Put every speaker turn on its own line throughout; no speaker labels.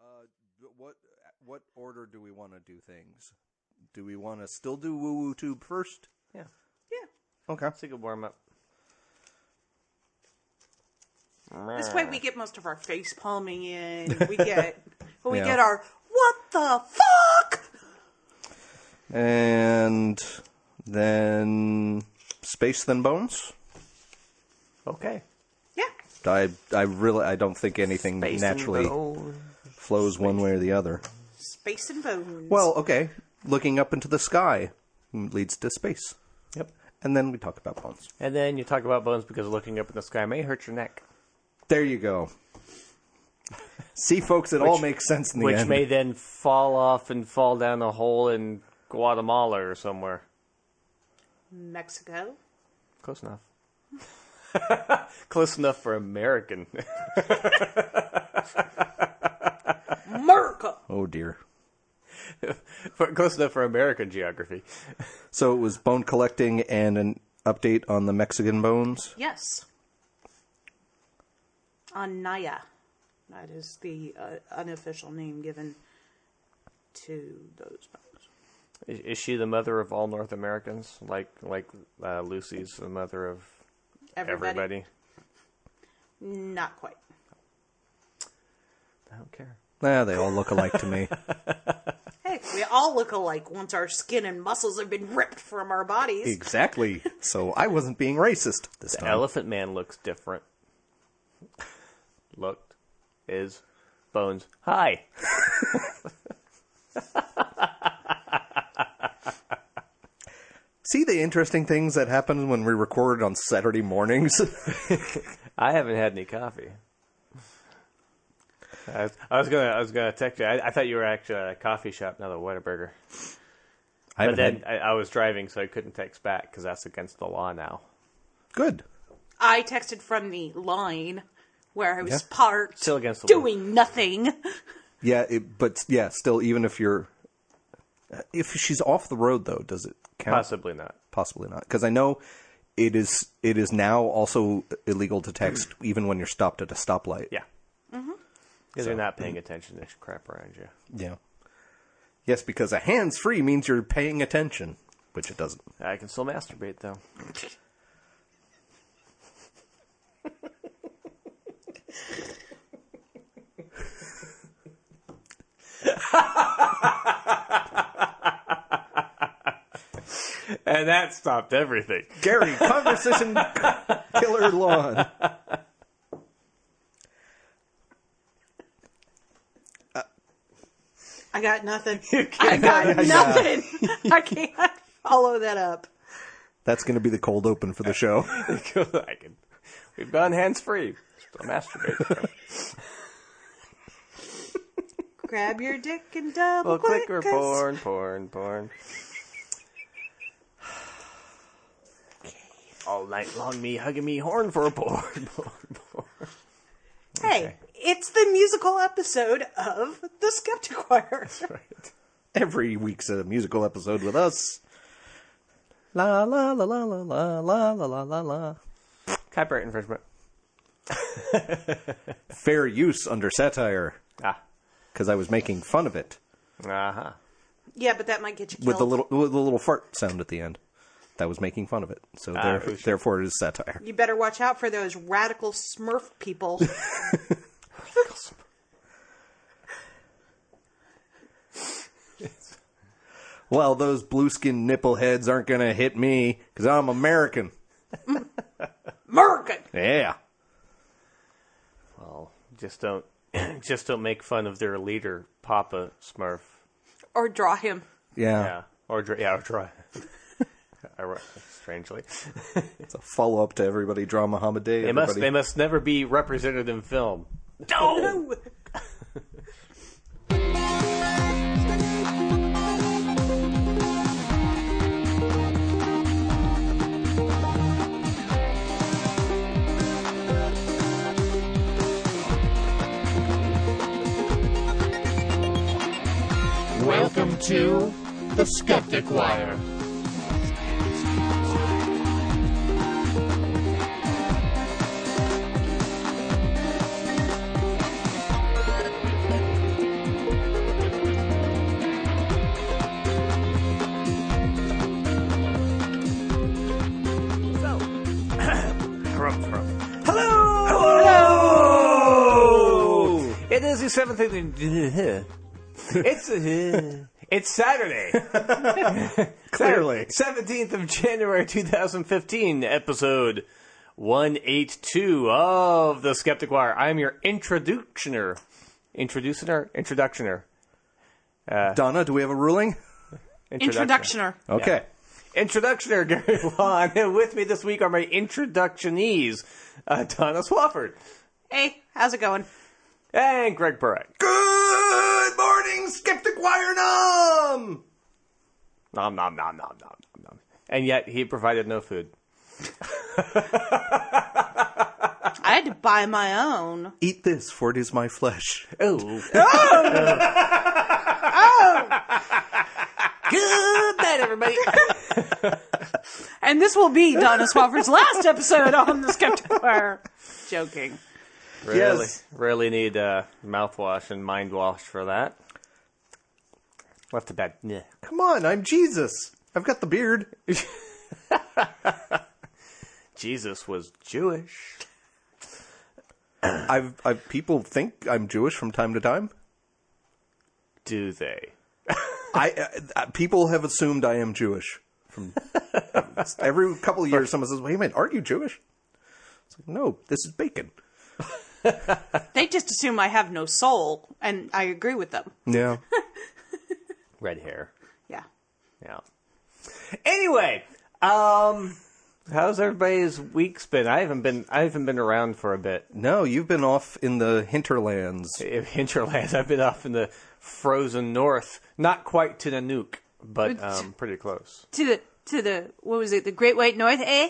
Uh, d- what what order do we want to do things? Do we want to still do Woo Woo Tube first?
Yeah.
Yeah.
Okay.
It's a good warm up.
This way we get most of our face palming in. We get we
Yeah.
get our what the fuck?
And then Space Than Bones.
Okay.
Yeah.
I I really I don't think anything
Based on
naturally
the-
flows one way or the other.
Space and bones.
Well, okay. Looking up into the sky leads to space.
Yep.
And then we talk about bones.
And then you talk about bones because looking up in the sky may hurt your neck,
There you go. See, folks, it all makes sense in the
which
end.
may then fall off and fall down a hole in Guatemala or somewhere.
Mexico.
Close enough. Close enough for American.
America.
oh dear.
for, close enough for American geography.
So it was bone collecting and an update on the Mexican bones.
Yes. Anaya. That is the uh, unofficial name given to those bones.
Is, is she the mother of all North Americans? Like like uh, Lucy's the mother of
Everybody.
everybody.
Not quite.
I don't care.
Ah, they all look alike to me.
Hey, we all look alike once our skin and muscles have been ripped from our bodies.
Exactly. So I wasn't being racist this time.
Elephant Man looks different. Looked is bones. Hi.
See the interesting things that happen when we recorded on Saturday mornings?
I haven't had any coffee. I was, I was gonna, I was gonna text you. I, I thought you were actually at a coffee shop, not a Whataburger.
I haven't
But then
had-
I, I was driving, so I couldn't text back because that's against the law now.
Good.
I texted from the line where I was
Yeah.
parked,
Still against the law.
doing nothing.
Yeah, it, but yeah, still, even if you're. If she's off the road, though, does it count?
Possibly not.
Possibly not. Because I know it is it is now also illegal to text even when you're stopped at a stoplight.
Yeah. Because you're not paying attention to crap around you.
Yeah. Yes, because a hands free means you're paying attention, which it doesn't.
I can still masturbate though. and that stopped everything.
Gary, conversation killer lawn.
I got nothing. I got nothing. I can't follow that up.
That's going to be the cold open for the show.
I can. We've gone hands free. Still masturbate.
Grab your dick and double
Well,
click.
clicker
'cause-
porn, porn, porn. All night long, me hugging me horn for porn, porn, porn.
Hey, it's the musical episode of The Skeptic Choir.
Right.
Every week's a musical episode with us. La la la la la la la la la la la.
Copyright infringement.
Fair use under satire,
Ah.
because I was making fun of it
Uh huh.
yeah, but that might get you killed.
with the little with the little fart sound at the end. That was making fun of it, so there,
we should-
therefore it is satire.
you better watch out for those radical Smurf people.
Well, those blue skin nipple heads aren't gonna hit me because I'm American.
American.
Yeah.
Well, just don't, just don't make fun of their leader, Papa Smurf.
Or draw him.
Yeah.
Yeah. Or dr- yeah, or try. Strangely,
It's a follow up to everybody draw Muhammad Day.
they must.
everybody.
They must never be represented in film.
No.
Welcome to the Skeptic Wire.
It is the seventh thing. It's uh, it's Saturday,
Clearly.
seventeenth of January, two thousand fifteen, episode one eight two of the Skeptic Wire. I am your introductioner, introducer, introductioner,
Donna, do we have a ruling?
Introductioner.
Okay.
introductioner Gary Lawn. And with me this week are my introductionees, uh, Donna Swafford
Hey, how's it going?
and Greg Burek.
Good morning, Skeptic Wirenum!
Nom nom nom nom nom nom nom. And yet he provided no food.
I had to buy my own.
Eat this, for it is my flesh.
Oh,
Good night, everybody. and this will be Donna Swafford's last episode on the Skeptic Wire. Joking.
really?
Yes.
Really need uh, mouthwash and mind wash for that. Left to bed. Yeah.
Come on, I'm Jesus. I've got the beard.
Jesus was Jewish.
I've, I've people think I'm Jewish from time to time.
Do they?
I uh, uh, people have assumed I am Jewish from every couple of years. Someone says, "Wait a minute, aren't you Jewish?" It's like, no, this is bacon.
They just assume I have no soul, and I agree with them.
Yeah,
Red hair.
Yeah.
Yeah. Anyway, um, how's everybody's week's been? I haven't been. I haven't been around for a bit.
no, you've been off in the hinterlands.
In Hinterlands, I've been off in the frozen north, not quite to Nanook, but um, pretty close.
To the to the what was it? The Great White North, eh?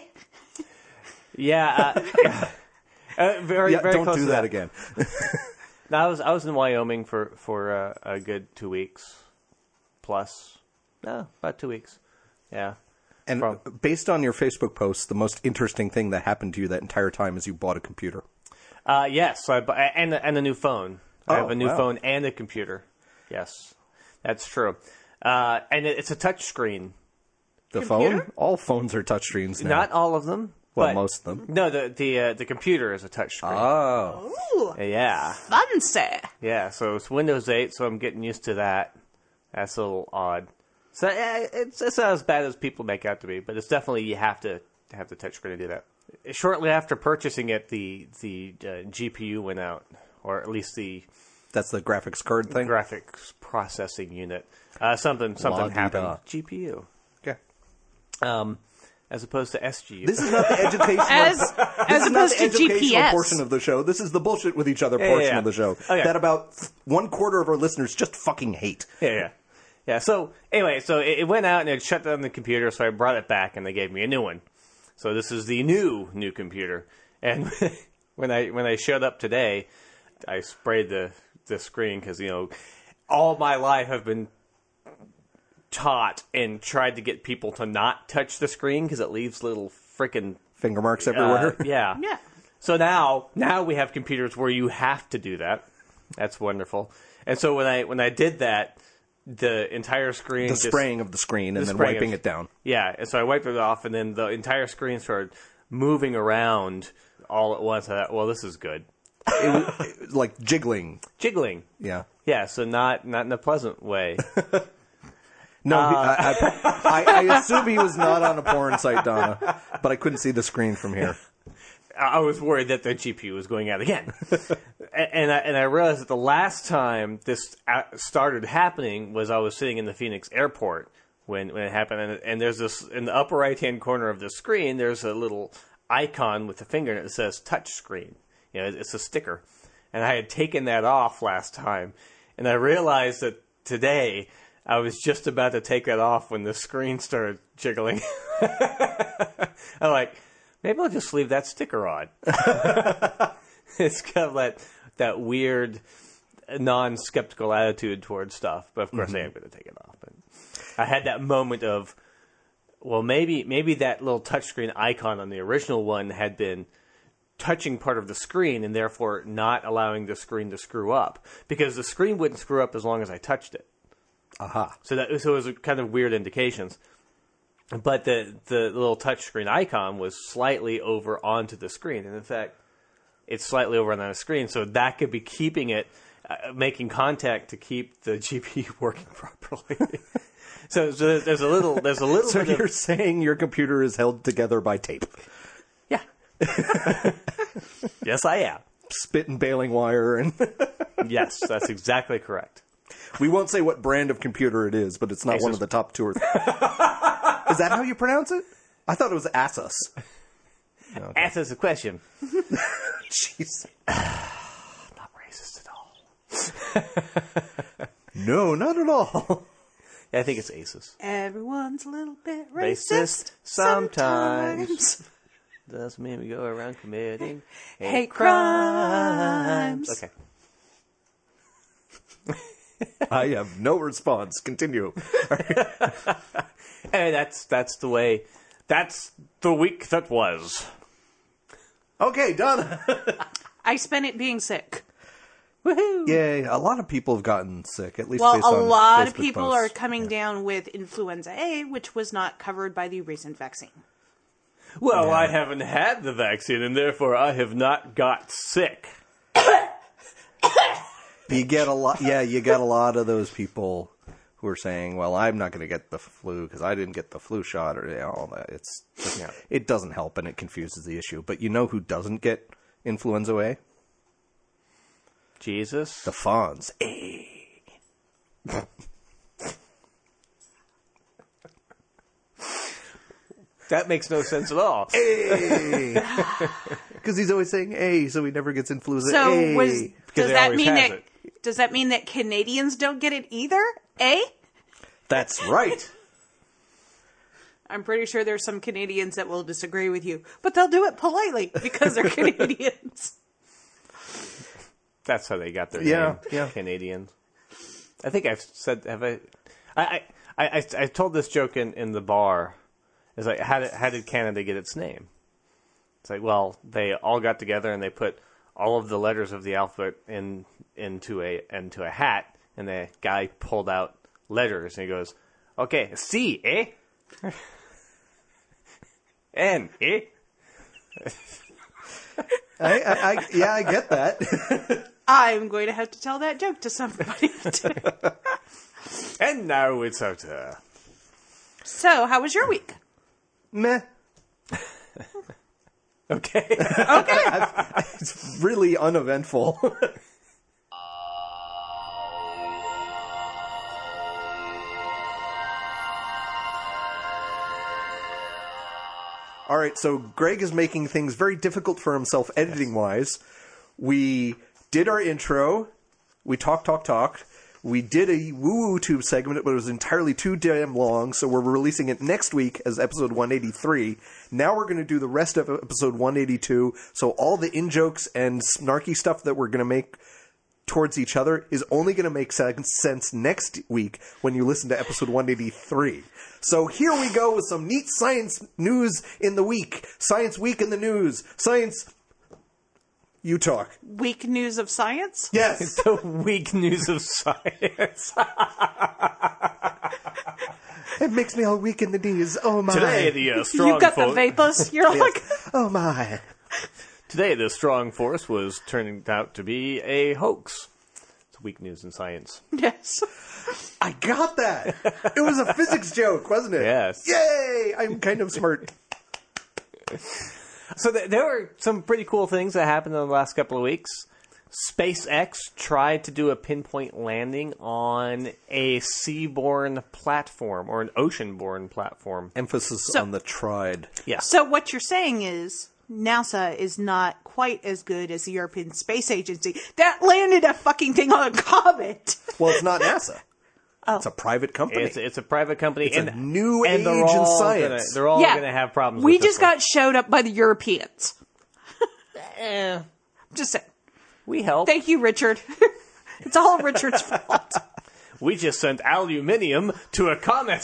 Yeah, uh, uh, very,
Yeah,
very
don't
close
do
to
that, again.
No, I was I was in Wyoming for for uh, a good two weeks, plus, no, about two weeks. Yeah,
And
Problem.
based on your Facebook post, the most interesting thing that happened to you that entire time is you bought a computer.
uh, yes, I bu- and and a new phone. I have
Oh,
a new
wow.
phone and a computer. Yes, that's true. Uh, and it, it's a touch screen.
The
Computer?
phone? All phones are touchscreens now.
Not all of them.
Well,
but-
most of them.
No, the the uh, the computer is a touch screen.
oh,
Ooh,
Yeah,
fancy.
yeah. So it's Windows 8, so I'm getting used to that. That's a little odd. So eh, it's it's not as bad as people make out to be, but it's definitely you have to have the touchscreen to do that. Shortly after purchasing it, the the uh, GPU went out, or at least the
that's the graphics card thing.
graphics processing unit. Uh, something something
La-di-da.
happened. GPU,
okay.
um, as opposed to SGU.
This is not the educational.
As as
This is not
opposed
the
to
educational
GPS.
portion of the show. This is the bullshit with each other
yeah,
portion
yeah.
of the show.
Oh, yeah.
That about one quarter of our listeners just fucking hate.
Yeah, yeah. Yeah, so anyway, so it, it went out and it shut down the computer, so I brought it back and they gave me a new one. So this is the new new computer. And when I when I showed up today, I sprayed the the screen cuz you know, all my life I've been taught and tried to get people to not touch the screen cuz it leaves little freaking
Finger marks
uh,
everywhere.
yeah.
Yeah.
So now, now we have computers where you have to do that. That's wonderful. And so when I when I did that, the entire screen
the
just,
spraying of the screen and
the
then
spraying
wiping
of-
it down.
Yeah, and so I wiped it off, and then the entire screen started moving around all at once. I thought, well, this is good.
It was, it was like jiggling.
Jiggling.
Yeah.
Yeah, so not not in a pleasant way.
No, he-
Uh.
I, I, I, I assume he was not on a porn site, Donna, but I couldn't see the screen from here.
I I was worried that the GPU was going out again, A- and I, and I realized that the last time this uh, started happening was I was sitting in the Phoenix airport when when it happened, and, and there's this in the upper right hand corner of the screen there's a little icon with a finger and it says touch screen. You know, it's a sticker, and I had taken that off last time, and I realized that today. I was just about to take that off when the screen started jiggling. I'm like, maybe I'll just leave that sticker on. it's kind of like that weird, non-skeptical attitude towards stuff. But of course, I am going to take it off. But I had that moment of, well, maybe maybe that little touchscreen icon on the original one had been touching part of the screen and therefore not allowing the screen to screw up because the screen wouldn't screw up as long as I touched it.
Aha.
So that so it was a kind of weird indications. But the the little touchscreen icon was slightly over onto the screen, and in fact, it's slightly over on the screen, so that could be keeping it uh, making contact to keep the GPU working properly. so, so there's a little there's a little
So
bit
you're
of,
saying your computer is held together by tape,
yeah. yes, I am.
spit and baling wire, and
Yes, that's exactly correct.
we won't say what brand of computer it is, but it's not one
Asus.
of the top two or three. is that how you pronounce it? I thought it was Asus.
Ask us a question.
Jeez.
Not racist at all.
No, not at all.
Yeah, I think it's Asus.
Everyone's a little bit
Racist
racist,
sometimes.
sometimes.
Does mean we go around committing
Hate crimes.
Okay.
I have no response. Continue.
Hey, that's that's the way. That's the week that was.
Okay, Donna.
I spent it being sick.
Yay! A lot of people have gotten sick. At least
Well,
based
a
on
lot of
Facebook
people
posts.
are coming down with influenza A, which was not covered by the recent vaccine.
Well, I haven't had the vaccine, and therefore I have not got sick.
You get a lot. Yeah, you get a lot of those people who are saying, "Well, I'm not going to get the flu because I didn't get the flu shot," or you know, all that. It's
Yeah.
it doesn't help and it confuses the issue. But you know who doesn't get influenza A?
Jesus.
The Fonz. Eh,
That makes no sense at all.
Because he's always saying "a," so he never gets influenza
So
A.
was does
it
that
always
mean
has
that does that mean that Canadians don't get it either? A?
That's right.
I'm pretty sure there's some Canadians that will disagree with you, but they'll do it politely because they're Canadians.
That's how they got their
Yeah,
name.
yeah.
Canadians. I think I've said. Have I? I I, I, I told this joke in, in the bar. It's like how did how did Canada get its name? It's like well they all got together and they put all of the letters of the alphabet in into a into a hat and the guy pulled out letters and he goes okay C eh N eh
I, I, I, yeah, I get that.
I'm going to have to tell that joke to somebody.
and now it's out uh, there.
so, how was your week?
Meh.
Okay.
Really uneventful. All right, so Greg is making things very difficult for himself editing wise. We did our intro, we talked, talk, talked. We did a woo woo tube segment, but it was entirely too damn long, so we're releasing it next week as episode 183. Now we're going to do the rest of episode 182, so all the in jokes and snarky stuff that we're going to make towards each other is only going to make sen- sense next week when you listen to episode 183. So here we go with some neat science news in the week. Science week in the news. Science. You talk.
Week news of science?
Yes.
the weak news of science.
it makes me all weak in the knees. Oh my.
Today the uh, strong
you got
fo-
the vapors. You're like,
Oh my.
today the strong force was turning out to be a hoax. It's weak news in science.
yes.
I got that. It was a physics joke, wasn't it?
Yes.
Yay! I'm kind of smart.
So th- there were some pretty cool things that happened in the last couple of weeks. SpaceX tried to do a pinpoint landing on a seaborne platform or an ocean-borne platform.
Emphasis on the tried.
Yes.
So, what you're saying is NASA is not quite as good as the European Space Agency that landed a fucking thing on a comet.
Well, it's not NASA. It's a private company.
it's, it's a private company.
a
and,
new
and they're
age in
all
science.
Gonna, they're all
Yeah.
going to have problems.
We
with
just
this one.
got showed up by the Europeans. Just saying.
We helped.
Thank you, Richard. it's all Richard's fault.
we just sent aluminium to a comet.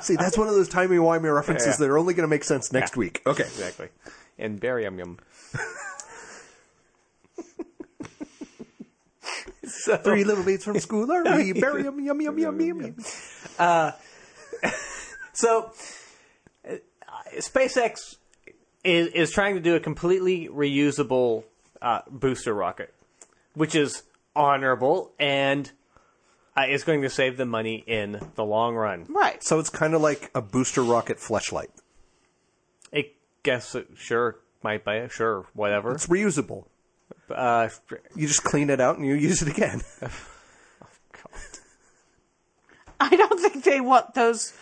See, that's one of those timey-wimey references
Yeah.
that are only going to make sense next
Yeah.
week. Okay.
exactly. And barium yum.
Three little beats from school. All right. Bury 'em, yum, yum, yum, yum, yum.
So, uh, SpaceX is, is trying to do a completely reusable uh, booster rocket, which is honorable and uh, is going to save the money in the long run.
Right.
So it's kind of like a booster rocket fleshlight.
I guess uh, sure might buy it, sure whatever.
It's reusable.
Uh,
You just clean it out and you use it again.
I don't think they want those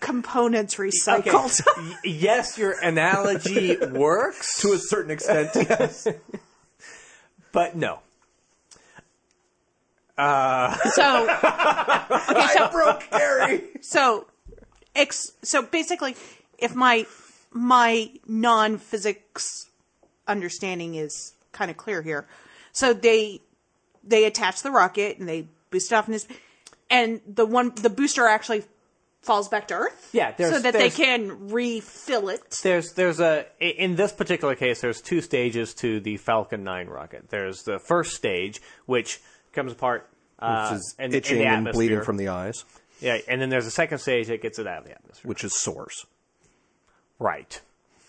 components
okay.
recycled.
Y- yes, your analogy works
to a certain extent.
but no.
so okay, so
Broke Harry.
so ex- so basically if my my non-physics understanding is kind of clear here so they they attach the rocket and they boost it off in this and the one the booster actually falls back to earth
Yeah, there's-
so that they
there's-
can refill it
There's there's a i- in this particular case there's two stages to the Falcon 9 rocket. There's the first stage which comes apart uh,
Which is
in- in the
itching and bleeding
atmosphere.
from the eyes,
yeah, and then there's a second stage that gets it out of the atmosphere.
which is sores.
Right.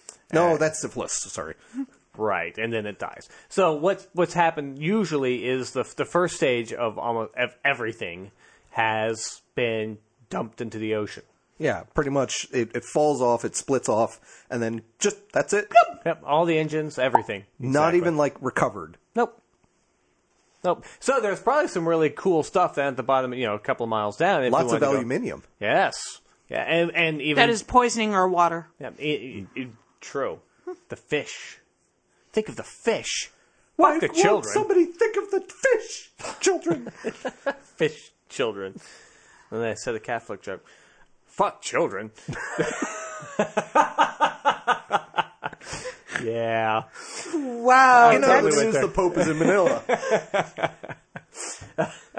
Uh,
No, that's syphilis. Sorry.
Right, and then it dies. So what's what's happened usually is the the first stage of almost ev- everything has been dumped into the ocean.
Yeah, pretty much. It, it falls off, it splits off, and then just that's it.
Yep, all the engines, everything.
Not
Exactly.
even like recovered.
Nope. Nope. So there's probably some really cool stuff down at the bottom, you know, a couple of miles down. if you
Lots of
wanted to go-
aluminium.
Yes. Yeah, and and even
that is poisoning our water
yeah, i i i- true.
Hmm.
The fish. Think of the fish.
Why
the
won't
children.
Somebody think of the fish children.
Fish children. And then I said a Catholic joke. Fuck children. yeah.
wow
you know,
totally
as
went
soon as
there.
the Pope is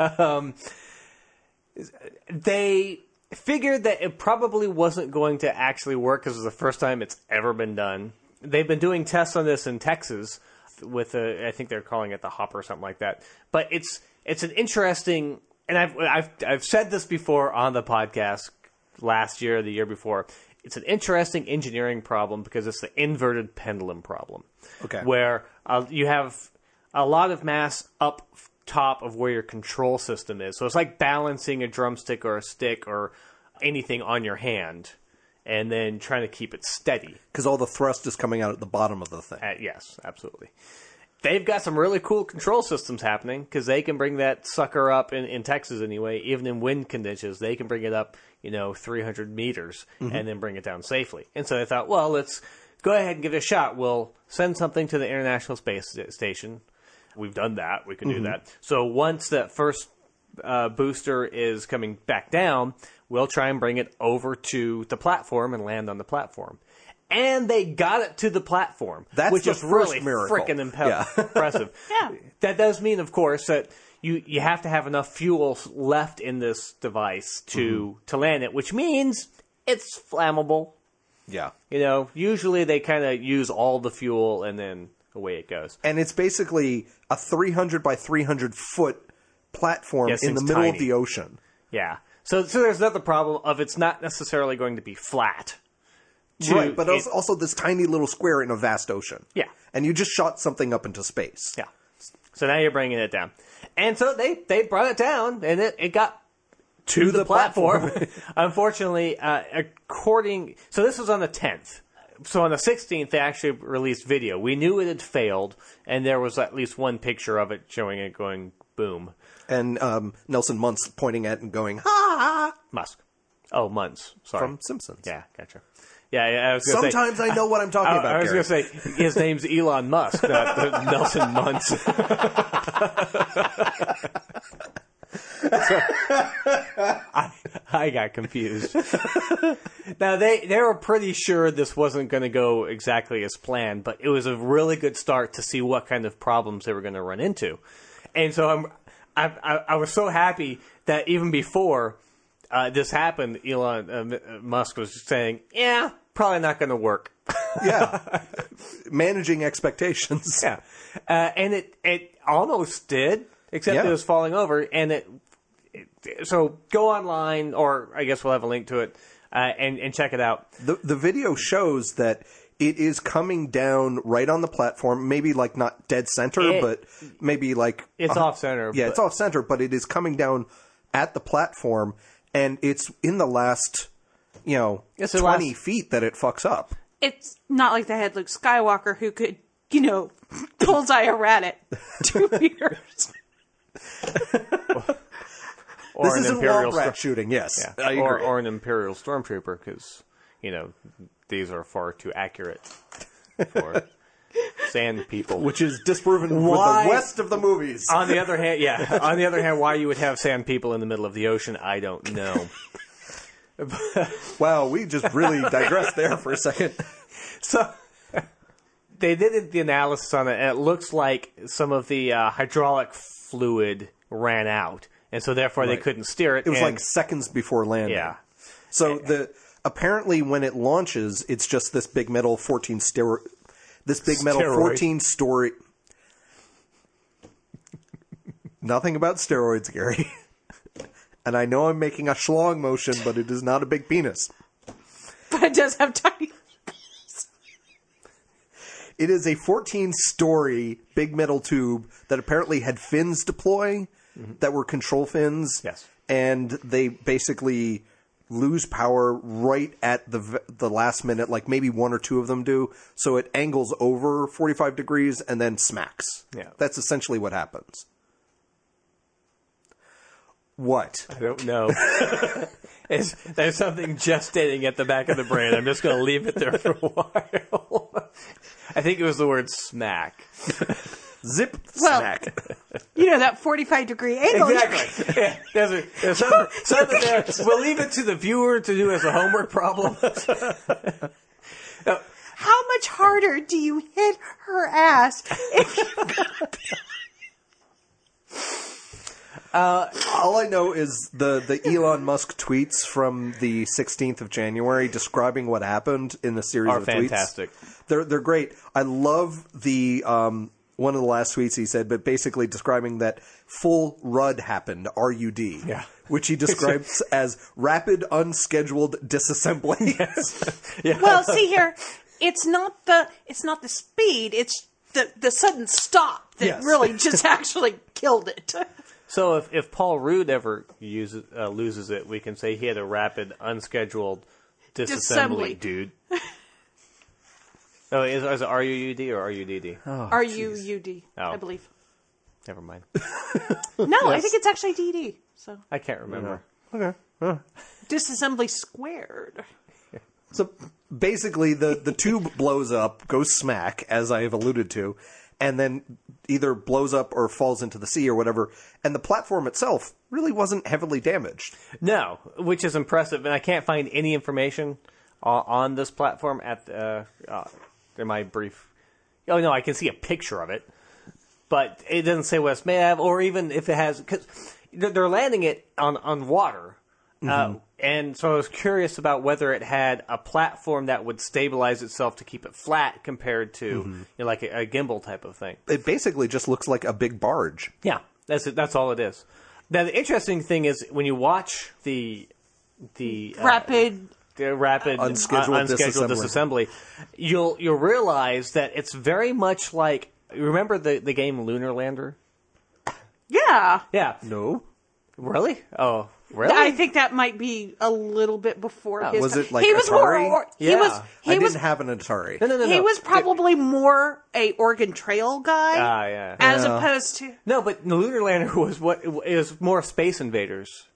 in Manila.
they figured that it probably wasn't going to actually work because it's the first time it's ever been done. They've been doing tests on this in Texas with a, I think they're calling it the Hopper or something like that. But it's it's an interesting, and I've I've I've said this before on the podcast last year, or the year before. It's an interesting engineering problem because it's the inverted pendulum problem.
Okay.
Where uh, you have a lot of mass up f- top of where your control system is. So it's like balancing a drumstick or a stick or anything on your hand and then trying to keep it steady.
Because all the thrust is coming out at the bottom of the thing.
Uh, yes, absolutely. They've got some really cool control systems happening because they can bring that sucker up in, in Texas anyway, even in wind conditions. They can bring it up, you know, 300 meters
Mm-hmm.
and then bring it down safely. And so they thought, well, let's go ahead and give it a shot. We'll send something to the International Space Sta- Station. We've done that. We can
Mm-hmm.
do that. So once that first uh, booster is coming back down, we'll try and bring it over to the platform and land on the platform. And they got it to the platform,
That's
which
the
is really
first miracle.
freaking impe- impressive.
Yeah.
That does mean, of course, that you, you have to have enough fuel left in this device to,
Mm-hmm.
to land it, which means it's flammable.
Yeah.
You know, usually they kind of use all the fuel and then away it goes.
And it's basically a 300 by 300 foot platform
Yes,
in the
it's
middle
tiny.
of the ocean.
Yeah. So, so there's another problem of it's not necessarily going to be flat. To-
right, but
it-
also, also this tiny little square in a vast ocean.
Yeah.
And you just shot something up into space.
Yeah. So now you're bringing it down. And so they, they brought it down and it, it got to, the,
the
platform. Unfortunately, uh, according, so this was on the 10th. So on the 16th, they actually released video. We knew it had failed and there was at least one picture of it showing it going boom.
And um, Nelson Muntz pointing at and going, ha ha,
Musk. Oh, months. Sorry.
from Simpsons.
yeah, gotcha. Yeah, yeah, I was gonna say-
Sometimes I know what I'm talking
I,
about.
I was
Gary.
going to say his name's Elon Musk, not the Nelson Muntz. I, I got confused. now they they were pretty sure this wasn't going to go exactly as planned, but it was a really good start to see what kind of problems they were going to run into, and so I'm I, I, I was so happy that even before uh, this happened, Elon uh, M- Musk was saying, "Yeah, probably not going to work."
yeah. Managing expectations.
Yeah, uh, and it it almost did, except
Yeah.
it was falling over, and it, it. So go online, or I guess we'll have a link to it, uh, and and check it out.
The, the video shows that it is coming down right on the platform, maybe like not dead center,
It-
but maybe like
It's
a-
off center.
Uh-huh. Yeah, it's off center, but it is coming down at the platform, and it's in the last, you know,
It's the
twenty
last-
feet that it fucks up.
It's not like they had Luke Skywalker who could, you know, bullseye a rat at two meters.
Or
this
an
isn't
imperial
wall rat
stor-
shooting. Yes,
yeah.
I agree.
Or, or an imperial stormtrooper because you know these are far too accurate for sand people.
which is disproven with
Why- Uh,
the rest of the movies.
on the other hand, yeah. On the other hand, why you would have sand people in the middle of the ocean, I don't know.
wow, we just really digressed there for a second.
so they did the analysis on it, and it looks like some of the uh, hydraulic fluid ran out, and so therefore they
Right.
couldn't steer it.
It was
and-
like seconds before landing.
yeah,
So the apparently when it launches, it's just this big metal fourteen steroid, this big metal
Steroid.
fourteen story. Nothing about steroids, Gary. And I know I'm making a schlong motion, but it is not a big penis.
But it does have tiny.
It is a 14 story big metal tube that apparently had fins deploy that were control fins.
Mm-hmm. Yes.
And they basically lose power right at the v- the last minute, like maybe one or two of them do. So it angles over 45 degrees and then smacks.
Yeah.
That's essentially what happens. What?
I don't know. It's, there's something gestating at the back of the brain. I'm just going to leave it there for a while. I think it was the word smack.
Zip
Well-
smack.
You know, that 45 degree angle.
Exactly. Yeah, there's a, there's something, something there. We'll leave it to the viewer to do as a homework problem.
How much harder do you hit her ass? If
All I know is the, the Elon Musk tweets from the 16th of January describing what happened in the series
Are
of
fantastic.
tweets. They're they're great. I love the um, one of the last tweets he said, but basically describing that full RUD happened, R U D,
Yeah.
which he describes as rapid unscheduled disassembly.
well, see here, it's not the it's not the speed. It's the the sudden stop that
Yes.
really just actually killed it.
So if, if Paul Rudd ever uses, uh, loses it, we can say he had a rapid, unscheduled disassembly,
Disassembly.
dude. No, is, is it R-U-U-D or R-U-D-D?
R U U D, I
Oh.
believe.
Never mind.
No, I think it's actually D D. So
I can't remember.
disassembly squared.
So basically, the, the tube blows up, goes smack, as I have alluded to, and then either blows up or falls into the sea or whatever. And the platform itself really wasn't heavily damaged.
No, which is impressive, and I can't find any information uh, on this platform at uh, uh, in my brief. Oh no, I can see a picture of it, but it doesn't say what it's made out of, or even if it has. Cause they're they're landing it on on water, uh, and so I was curious about whether it had a platform that would stabilize itself to keep it flat compared to you know, like a, a gimbal type of thing.
It basically just looks like a big barge.
Yeah, that's it. That's all it is. Now the interesting thing is when you watch the the uh,
Rapid
the rapid
Unscheduled
un- unscheduled disassembly. you'll you'll realize that it's very much like remember the the game Lunar Lander.
Yeah.
Yeah,
No.
really? Oh, really?
I think that might be a little bit before his
was
time.
it like
he was more
Atari?
or, he
Yeah.
was
I
he
didn't
was
have an Atari.
no, no, no,
he
no.
was probably more a Oregon Trail guy
Ah, yeah. Oh,
as
Yeah.
opposed to
no, but the Lunar Lander was what is more Space Invaders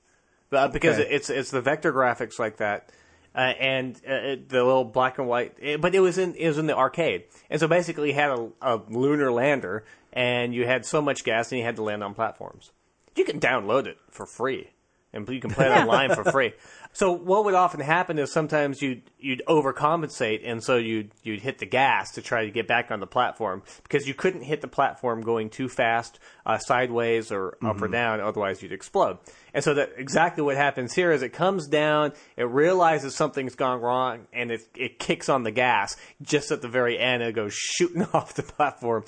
uh, because
Okay.
it's it's the vector graphics like that. Uh, and uh, it- the little black and white, eh, but it was in it was in the arcade, and so basically you had a, a lunar lander, and you had so much gas, and you had to land on platforms. You can download it for free, and you can play it online for free. So what would often happen is sometimes you'd you'd overcompensate, and so you'd you'd hit the gas to try to get back on the platform because you couldn't hit the platform going too fast, uh, sideways or up or down, otherwise you'd explode. And so that exactly what happens here is it comes down, it realizes something's gone wrong, and it it kicks on the gas just at the very end, and it goes shooting off the platform.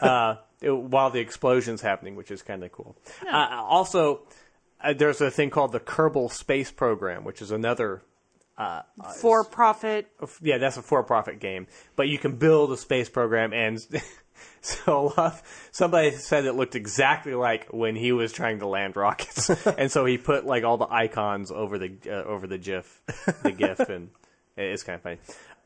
Uh, it- while the explosion's happening, which is kind of cool. Uh, also, uh, there's a thing called the Kerbal Space Program, which is another
for profit.
yeah, that's a for-profit game, but you can build a space program, and so a lot, somebody said it looked exactly like when he was trying to land rockets, and so he put like all the icons over the uh, over the GIF, the GIF, and it's kind of funny.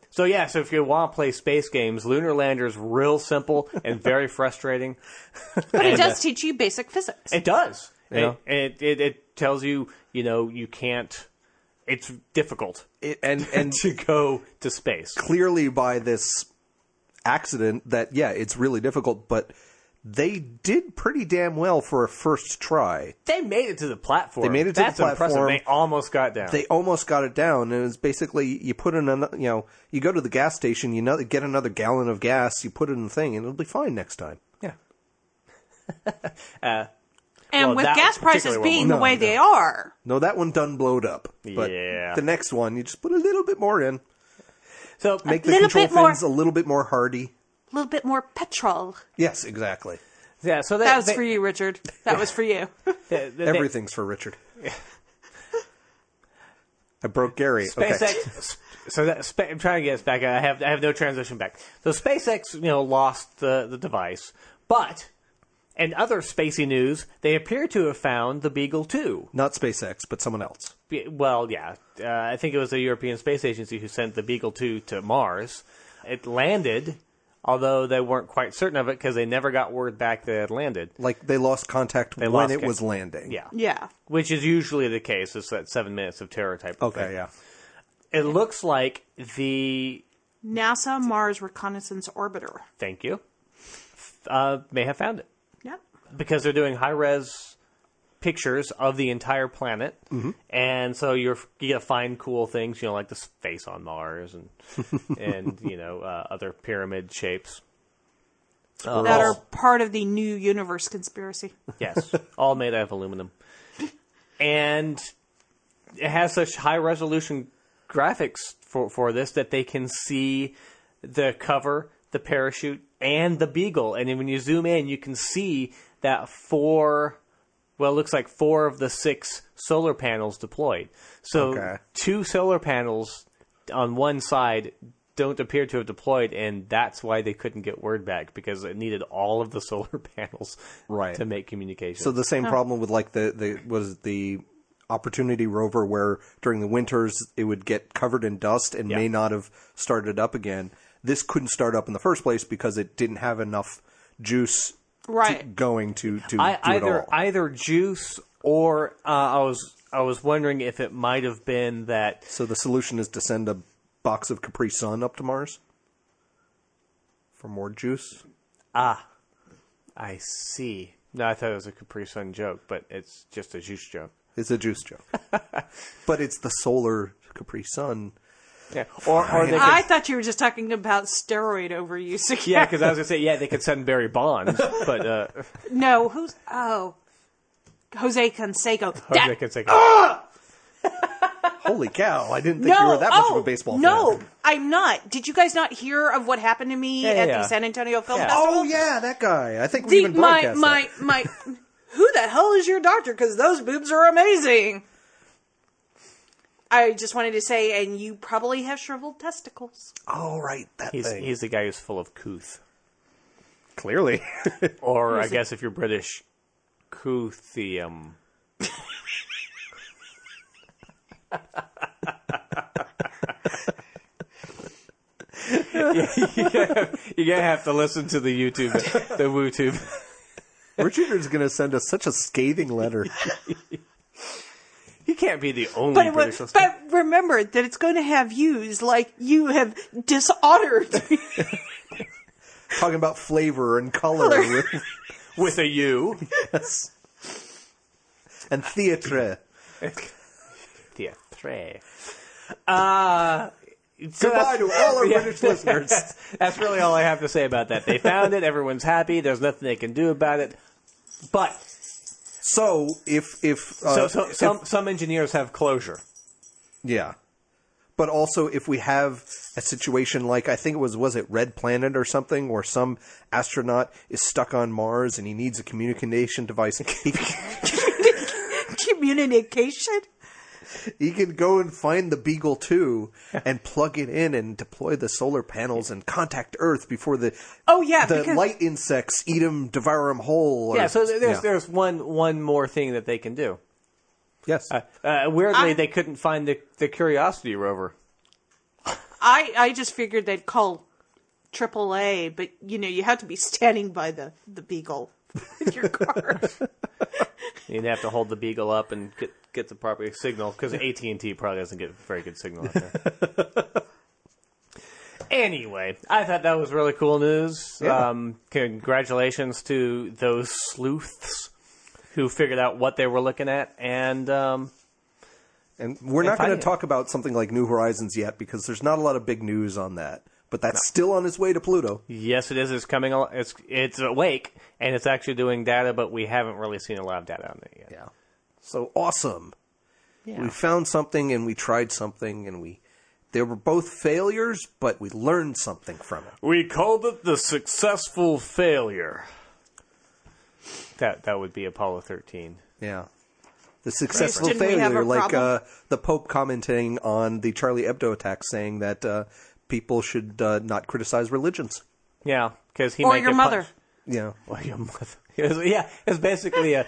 So yeah, so if you want to play space games, Lunar Lander's real simple and very frustrating. uh,
But it does teach you basic physics.
It does. It,
Yeah.
it, it it tells you, you know, you can't. It's difficult
It, and and
to go to space.
clearly by this accident that yeah, it's really difficult, but they did pretty damn well for a first try.
They made it to the platform. They
made it to the
That's
platform.
impressive. They almost got down.
They almost got it down, and it's basically you put in another, you know, you go to the gas station, you know, get another gallon of gas, you put it in the thing, and it'll be fine next time.
yeah.
and
well,
with
that
gas
was
prices
particularly
being
well-
the way they are,
No, that one done blowed up. But
Yeah.
the next one, you just put a little bit more in,
So uh,
make the
Little
control
bit more.
fins a little bit more hardy.
a little bit more petrol.
Yes, exactly.
yeah, so they,
That was
they-
for you, Richard. That was for you.
they- they-
Everything's for Richard. I broke Gary.
SpaceX.
Okay.
So that spa I'm trying to get us back. I have I have no transition back. So SpaceX, you know, lost the the device, but in other spacey news, they appear to have found the Beagle Two.
Not SpaceX, but someone else.
Be- Well, yeah, uh, I think it was the European Space Agency who sent the Beagle 2 to Mars. It landed, although they weren't quite certain of it because they never got word back that it landed.
Like they lost contact when
lost
it
con-
was landing.
Yeah.
Yeah.
Which is usually the case. It's that seven minutes of terror type of
Okay.
thing.
Yeah.
It looks like the.
NASA Mars Reconnaissance Orbiter.
Thank you. Uh, may have found it.
Yep.
because they're doing high res pictures of the entire planet, and so you're you get to find cool things, you know, like the face on Mars and and you know uh, other pyramid shapes. Uh,
That
all-
are part of the New Universe conspiracy.
yes, all made out of aluminum, and it has such high resolution graphics for for this that they can see the cover, the parachute, and the beagle. And then when you zoom in, you can see that four well, it looks like four of the six solar panels deployed. So
Okay.
two solar panels on one side don't appear to have deployed, and that's why they couldn't get word back because it needed all of the solar panels
Right.
to make communication.
So the same problem with like the the was the Opportunity rover, where during the winters it would get covered in dust and may
Yeah.
not have started up again. This couldn't start up in the first place because it didn't have enough juice
Right.
going to to
I,
do it
either
all.
either juice or uh, I was I was wondering if it might have been that
so the solution is to send a box of Capri Sun up to Mars for more juice.
I see. No, I thought it was a Capri Sun joke, but it's just a juice joke.
It's a juice joke, but it's the solar Capri Sun.
Yeah, or or they could
I thought you were just talking about steroid overuse.
Yeah, because I was gonna say, yeah, they could send Barry Bonds, but uh,
No, who's oh, Jose Canseco.
Jose
That-
could say,
Holy cow! I didn't think
no,
you were that much
oh,
of a baseball
no,
fan.
I'm not. Did you guys not hear of what happened to me
yeah,
at
yeah.
the San Antonio Film
Yeah.
Festival?
Oh yeah, that guy. I think we
The-
even
my
broadcast
my
that.
my. Who the hell is your doctor? Because those boobs are amazing. I just wanted to say, and you probably have shriveled testicles.
Oh right, that
he's
thing.
he's the guy who's full of couth,
Clearly,
or I guess if you're British, couthium. You're gonna have to listen to the YouTube, the WooTube.
Richard is going to send us such a scathing letter.
He can't be the only
But it
British.
was,
listener.
but remember that it's going to have yous like you have dishonored.
Talking about flavor and color
Color.
with-
with a U,
yes. and theatre.
the three. Uh, so
Goodbye
that's-
to all our
Yeah.
British listeners.
That's really all I have to say about that. They found it. Everyone's happy. There's nothing they can do about it. But
So if if uh,
so, so some some engineers have closure.
yeah, but also if we have a situation like I think it was was it Red Planet or something where some astronaut is stuck on Mars and he needs a communication device. He-
Communication?
He could go and find the Beagle 2 and plug it in and deploy the solar panels and contact Earth before the
Oh, yeah,
the
because-
light insects eat him, devour him whole. or-
Yeah, so there's
yeah.
there's one one more thing that they can do.
yes.
Uh, weirdly,
I-
they couldn't find the the Curiosity rover.
I I just figured they'd call AAA, but you know you have to be standing by the the beagle with your car.
You'd have to hold the beagle up and get get the proper signal because AT and T probably doesn't get very good signal out there. anyway, I thought that was really cool news.
Yeah.
Um, congratulations to those sleuths who figured out what they were looking at, and um,
and we're not going
finding
to
it.
talk about something like New Horizons yet because there's not a lot of big news on that. But that's still on its way to Pluto.
yes, it is. It's coming. al- It's it's awake and it's actually doing data, but we haven't really seen a lot of data on it yet.
Yeah. So awesome.
Yeah.
We found something and we tried something and we they were both failures, but we learned something from it.
We called it the successful failure. That that would be Apollo 13.
Yeah. The successful
didn't we have
failure,
a
like uh,
problem?
the Pope commenting on the Charlie Hebdo attack, saying that uh, people should uh, not criticize religions.
Yeah, because he
Or
might
your
get
mother.
punched.
Yeah,
Or your mother. It was- yeah, it's basically a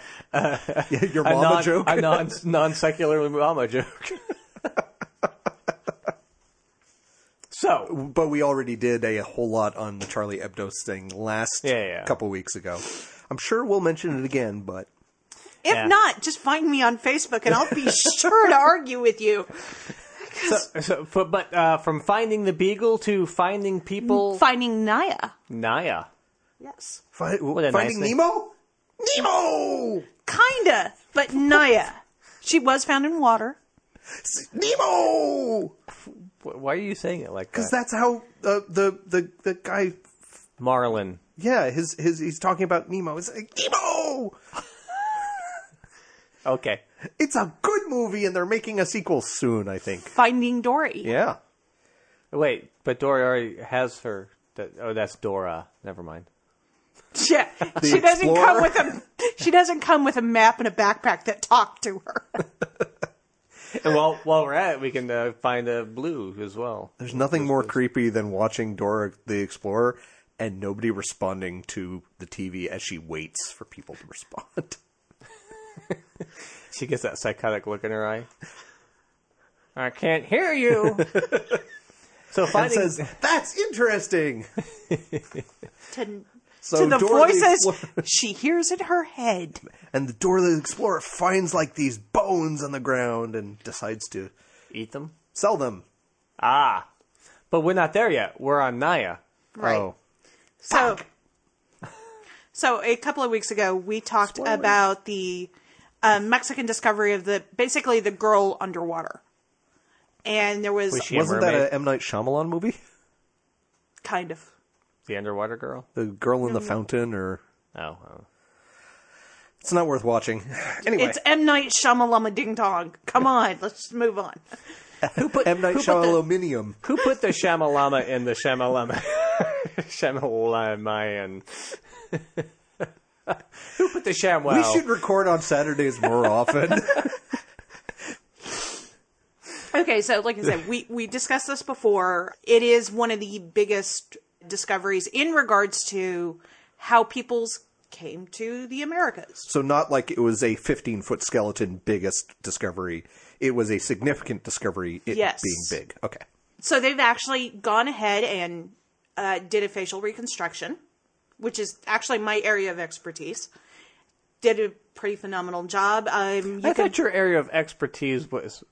your
a
mama
non,
joke.
a non non secular mama joke. so
but we already did a whole lot on the Charlie Hebdo thing last
Yeah, yeah.
couple weeks ago. I'm sure we'll mention it again, but
If
Yeah.
not, just find me on Facebook and I'll be sure to argue with you.
so but, but uh, from finding the beagle to finding people
Finding Naya.
Naya.
Yes.
fi-
a nice
finding
thing.
Nemo, Nemo,
Kinda, but Naya. She was found in water.
Nemo,
Wh- Why are you saying it like that?
because that's how uh, the the the guy.
Marlin.
Yeah, his his he's talking about Nemo. It's like Nemo.
Okay.
It's a good movie, and they're making a sequel soon. I think.
Finding Dory.
Yeah.
Wait, but Dory already has her. That, oh, that's Dora. Never mind.
Yeah. She doesn't
explorer.
come with a she doesn't come with a map and a backpack that talk to her.
And while while we're at it, we can uh, find a blue as well.
There's nothing more creepy than watching Dora the Explorer and nobody responding to the TV as she waits for people to respond.
She gets that psychotic look in her eye. I can't hear you. so
And
finding
says, That's interesting.
to,
So
to the
Dora the
voices
Explorer-
she hears in her head.
and the Dora the Explorer finds like these bones on the ground and decides to
eat them.
sell them.
Ah, but we're not there yet. We're on Naya.
Right.
Oh.
So, so a couple of weeks ago, we talked about the uh, Mexican discovery of the basically the girl underwater, and there was
Was she a
Wasn't that
mermaid?
a M. Night Shyamalan movie?
kind of
the underwater girl?
The Girl
Mm.
in the Fountain or
Oh, oh.
it's not worth watching. Anyway,
it's M Night Shyamalama Ding Dong. Come on, let's just move on.
who put
M. Night
who put the-
Shyamalominium.
Who put the Shamalama in the Shamalama? Shamalamayan. Who put the Shamwow?
We should record on Saturdays more often.
Okay, so like I said, we we discussed this before. It is one of the biggest discoveries in regards to how peoples came to the Americas.
So not like it was a 15 foot skeleton biggest discovery. It was a significant discovery. It
Yes.
being big. Okay.
so they've actually gone ahead and uh, did a facial reconstruction, which is actually my area of expertise. Did a pretty phenomenal job. Um, you
I
can-
thought your area of expertise was.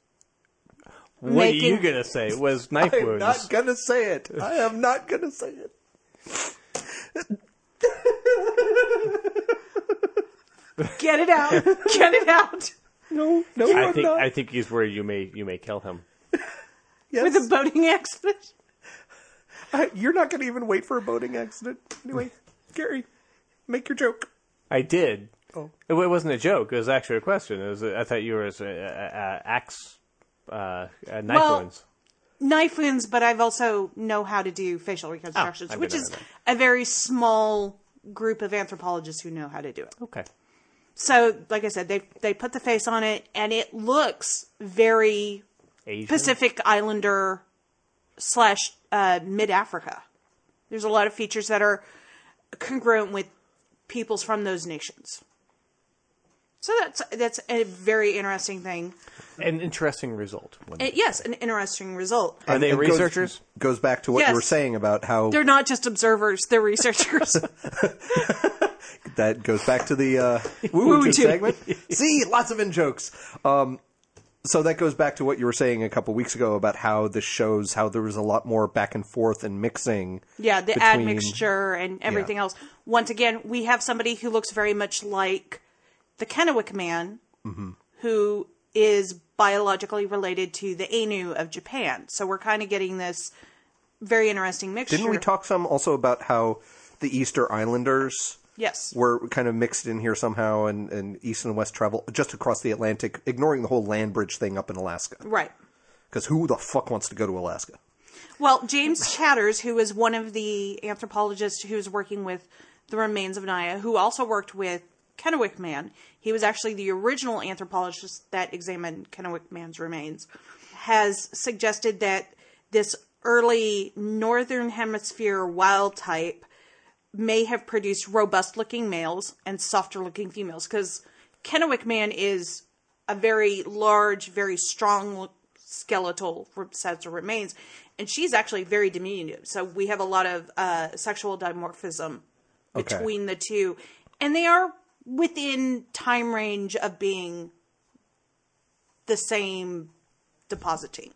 What are
Making-
you gonna say? Was knife
I'm
wounds?
not gonna say it. I am not gonna say it.
get it out, get it out
No, no,
I
I'm
think
not.
I think he's where you may you may kill him.
Yes.
with a boating accident.
I- you're not gonna even wait for a boating accident. Anyway, Gary, make your joke.
I did.
Oh.
It, it wasn't a joke. It was actually a question. It was. I thought you were uh, uh, uh, axe uh, uh, knife
Well,
wounds.
Knife wounds, but I've also know how to do facial reconstructions,
I didn't
which
know
is
that.
a very small group of anthropologists who know how to do it.
Okay.
so like I said, they they put the face on it, and it looks very
Asian.
Pacific Islander slash uh, mid Africa. There's a lot of features that are congruent with peoples from those nations. So that's that's a very interesting thing.
An interesting result.
Uh, yes, an interesting result.
Are
It
they
goes-
researchers?
Goes, back to what
Yes.
you were saying about how
They're not just observers; they're researchers.
that goes back to the uh, woo woo
Woo-woo tube.
segment. See, lots of in jokes. Um, so that goes back to what you were saying a couple weeks ago about how this shows how there was a lot more back and forth and mixing.
Yeah, the
between-
admixture and everything else. Once again, we have somebody who looks very much like the Kennewick man,
Mm-hmm.
who is biologically related to the Ainu of Japan. So we're kind of getting this very interesting mixture.
Didn't we talk some also about how the Easter Islanders
Yes.
were kind of mixed in here somehow, and, and East and West travel just across the Atlantic, ignoring the whole land bridge thing up in Alaska.
Right.
Because who the fuck wants to go to Alaska?
Well, James Chatters, who is one of the anthropologists who was working with the remains of Naya, who also worked with Kennewick Man, he was actually the original anthropologist that examined Kennewick Man's remains, has suggested that this early northern hemisphere wild type may have produced robust looking males and softer looking females because Kennewick Man is a very large, very strong look- skeletal re- sets of remains, and she's actually very diminutive. So we have a lot of uh, sexual dimorphism
Okay.
between the two, and they are within time range of being the same depositing.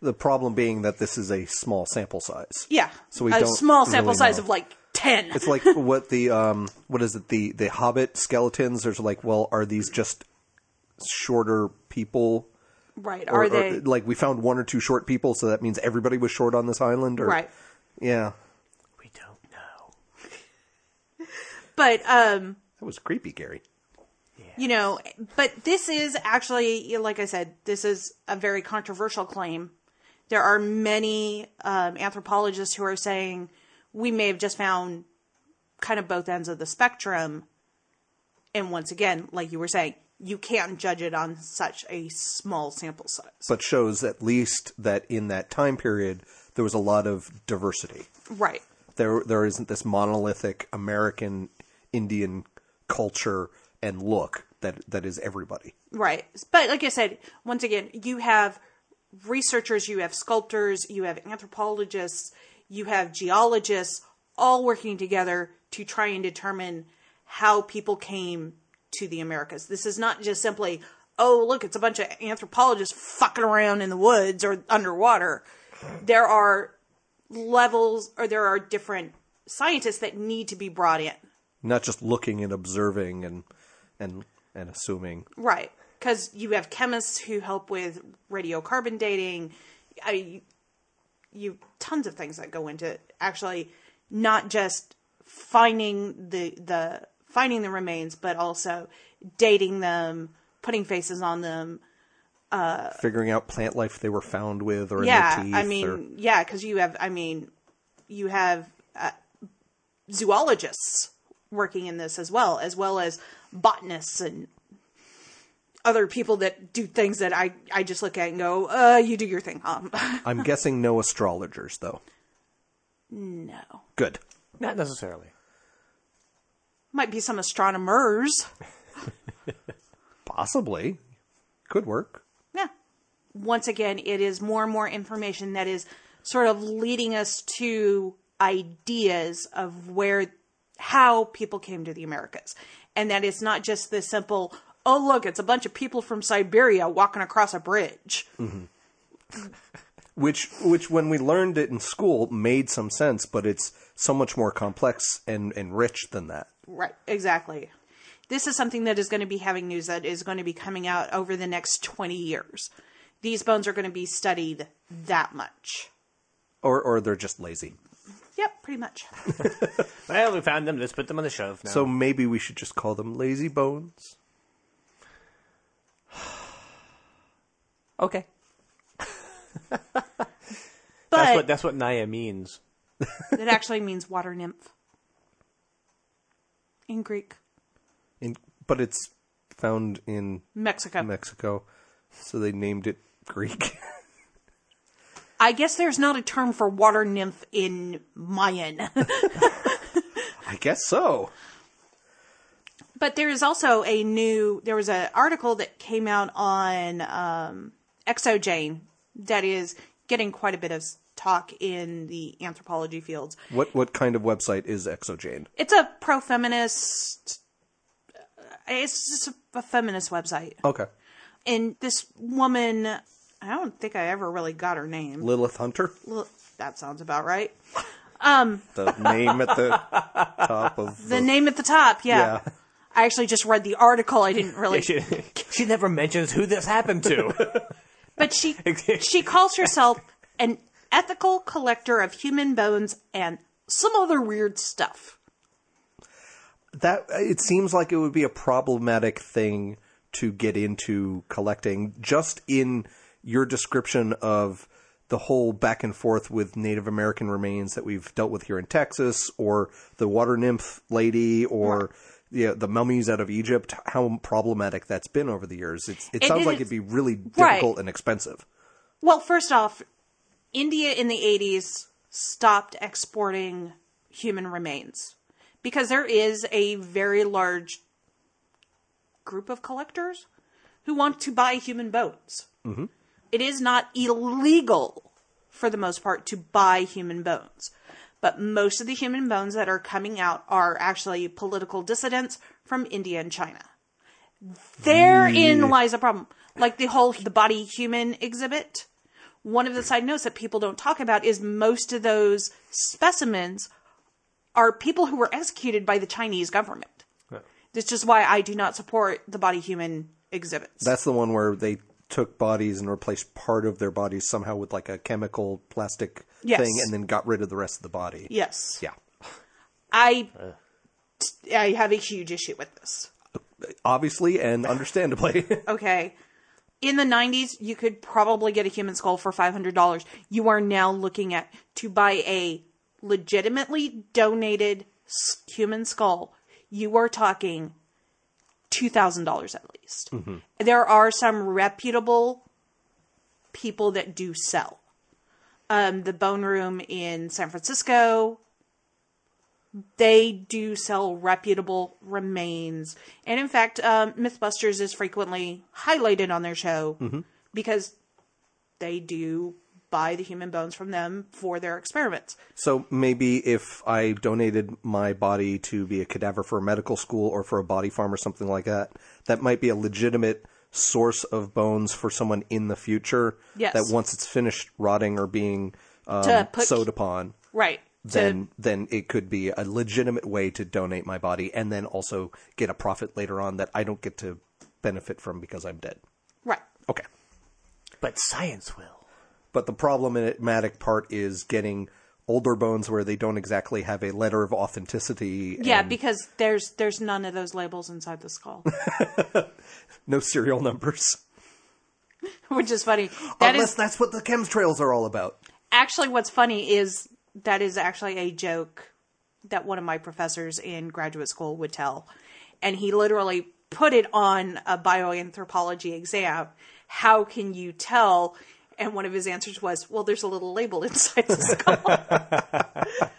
The problem being that this is a small sample size.
Yeah,
So we
a
don't
small sample
really
size
know.
of like ten.
It's like what the um what is it the the Hobbit skeletons? There's like, well, are these just shorter people?
right?
Or-
are
or,
they
like we found one or two short people, so that means everybody was short on this island? Or,
right?
Yeah,
We don't know.
But um,
that was creepy, Gary.
you know but this is actually you know, like i said this is a very controversial claim there are many um, anthropologists who are saying we may have just found kind of both ends of the spectrum and once again like you were saying you can't judge it on such a small sample size
But shows at least that in that time period there was a lot of diversity.
right
There there isn't this monolithic American Indian culture and look that that is everybody.
Right. But like I said, once again, you have researchers, you have sculptors, you have anthropologists, you have geologists all working together to try and determine how people came to the Americas. This is not just simply, oh, look, it's a bunch of anthropologists fucking around in the woods or underwater. There are levels or there are different scientists that need to be brought in.
not just looking and observing and and and assuming.
Right. Because you have chemists who help with radiocarbon dating. I, you, you tons of things that go into actually not just finding the the finding the remains, but also dating them, putting faces on them.
figuring out plant life they were found with or in
yeah,
their teeth.
I
or,
mean, yeah, because you have, I mean, you have uh, zoologists working in this as well, as well as botanists and other people that do things that I, I just look at and go, uh, you do your thing, um,
I'm guessing no astrologers though.
no,
Good.
Not necessarily.
might be some astronomers,
Possibly. Could work.
yeah. Once again, it is more and more information that is sort of leading us to ideas of where how people came to the Americas. And that it's not just this simple, oh, look, it's a bunch of people from Siberia walking across a bridge.
Which which when we learned it in school made some sense, but it's so much more complex and, and rich than that.
Right, exactly. This is something that is going to be having news that is going to be coming out over the next 20 years. These bones are going to be studied that much.
Or or they're just lazy.
Yep, pretty much.
Well, we found them. Let's put them on the shelf now.
So maybe we should just call them lazy bones.
okay, that's what
But
that's what Naya means.
it actually means water nymph in Greek.
In, but it's found in
Mexico.
Mexico, so they named it Greek.
I guess there's not a term for water nymph in Mayan.
I guess so.
But there is also a new. There was an article that came out on um, Exojane that is getting quite a bit of talk in the anthropology fields.
What what kind of website is Exojane?
It's a pro-feminist. uh, It's just a, a feminist website,
Okay,
and this woman. I don't think I ever really got her name.
Lilith Hunter,
Well, that sounds about right.
the name at the top of
The name at the top, yeah.
yeah.
I actually just read the article. I didn't really
She, she never mentions who this happened to.
but she she calls herself an ethical collector of human bones and some other weird stuff.
that it seems like it would be a problematic thing to get into collecting just in your description of the whole back and forth with Native American remains that we've dealt with here in Texas or the water nymph lady or yeah, the mummies out of Egypt how problematic that's been over the years it's, it
It
sounds like it'd
is-
be really
Right.
difficult and expensive
Well, first off, India in the 80s stopped exporting human remains because there is a very large group of collectors who want to buy human bones. It is not illegal, for the most part, to buy human bones. But most of the human bones that are coming out are actually political dissidents from India and China. Therein lies a problem. Like the whole the body human exhibit. One of the side notes that people don't talk about is most of those specimens are people who were executed by the Chinese government. This is why I do not support the body human exhibits.
that's the one where they took bodies and replaced part of their bodies somehow with like a chemical plastic
Yes.
thing and then got rid of the rest of the body
yes.
yeah
I I have a huge issue with this.
obviously and understandably.
Okay. In the 90s, you could probably get a human skull for $500. You are now looking at to buy a legitimately donated s- human skull. You are talking $2,000 at least. There are some reputable people that do sell. Um, the Bone Room in San Francisco, they do sell reputable remains. And in fact, um, Mythbusters is frequently highlighted on their show because they do buy the human bones from them for their experiments.
so maybe if I donated my body to be a cadaver for a medical school or for a body farm or something like that, that might be a legitimate source of bones for someone in the future
Yes.
that once it's finished rotting or being um,
To put-
sowed upon
Right.
then then it could be a legitimate way to donate my body and then also get a profit later on that I don't get to benefit from because I'm dead.
right.
Okay.
but science will.
But the problematic part is getting older bones where they don't exactly have a letter of authenticity.
Yeah,
and
because there's there's none of those labels inside the skull,
no serial numbers.
which is funny. That is
Unless that's what the chemtrails are all about.
actually what's funny is that is actually a joke that one of my professors in graduate school would tell and he literally put it on a bioanthropology exam how can you tell and one of his answers was well there's a little label inside the skull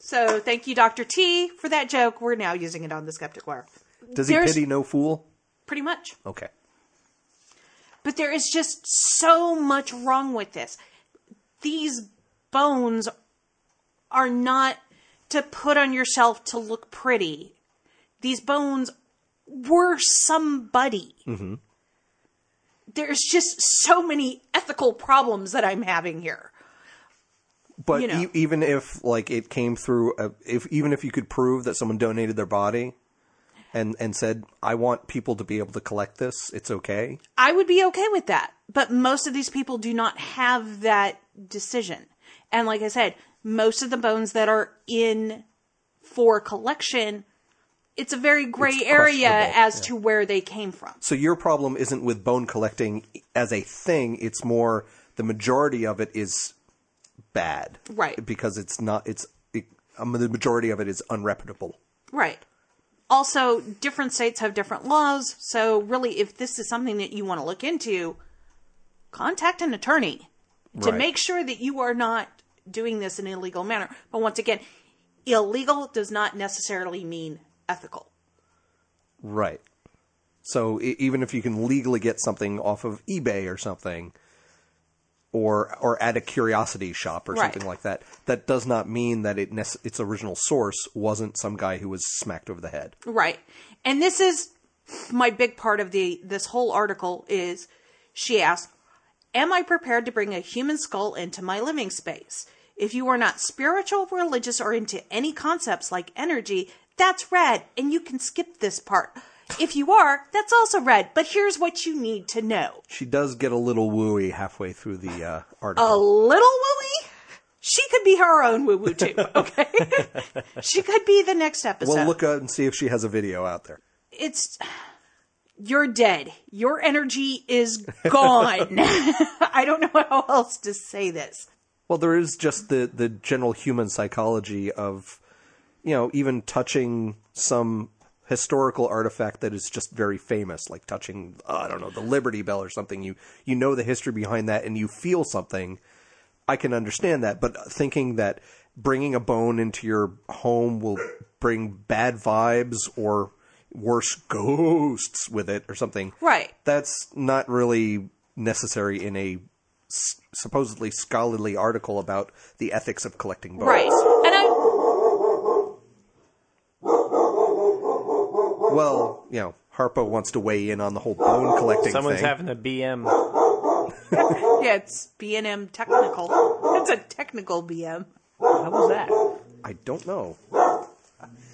so thank you dr t for that joke we're now using it on the skeptic wire
Does he
There's-
pity no fool?
pretty much
Okay.
but there is just so much wrong with this. These bones are not to put on yourself to look pretty. These bones were somebody. There's just so many ethical problems that I'm having here.
But
You know.
e- even if like it came through, a, if even if you could prove that someone donated their body, and and said, "I want people to be able to collect this," it's okay.
I would be okay with that. But most of these people do not have that decision. And like I said, most of the bones that are in for collection, it's a very gray
It's
area
questionable,
as to where they came from.
So your problem isn't with bone collecting as a thing; it's more the majority of it is bad,
Right.
Because it's not it's it, um, the majority of it is unreputable.
Right. Also, different states have different laws. So, really, if this is something that you want to look into, contact an attorney to
Right.
make sure that you are not doing this in an illegal manner. But once again, illegal does not necessarily mean ethical.
Right. So e even if you can legally get something off of eBay or something, or or at a curiosity shop or
Right.
something like that, that does not mean that it nec- its original source wasn't some guy who was smacked over the head.
Right. And this is my big part of the this whole article is she asked, "Am I prepared to bring a human skull into my living space? If you are not spiritual, religious or into any concepts like energy, that's red and you can skip this part. If you are, that's also red, but here's what you need to know."
She does get a little wooey halfway through the uh,
A
article.
little wooey? She could be her own woo woo too, okay? she could be the next episode.
We'll look up and see if she has a video out there.
it's you're dead. Your energy is gone. I don't know how else to say this.
Well, there is just the the general human psychology of, you know, even touching some historical artifact that is just very famous, like touching uh, I don't know the Liberty Bell or something. You you know the history behind that, and you feel something. I can understand that, but thinking that bringing a bone into your home will bring bad vibes or worse ghosts with it or something
Right.
that's not really necessary in a s- supposedly scholarly article about the ethics of collecting bones.
Right. And I
Well, you know, Harpo wants to weigh in on the whole bone collecting
Someone's
thing.
having a BM.
yeah, it's BNM technical. It's a technical BM.
How was that?
I don't know.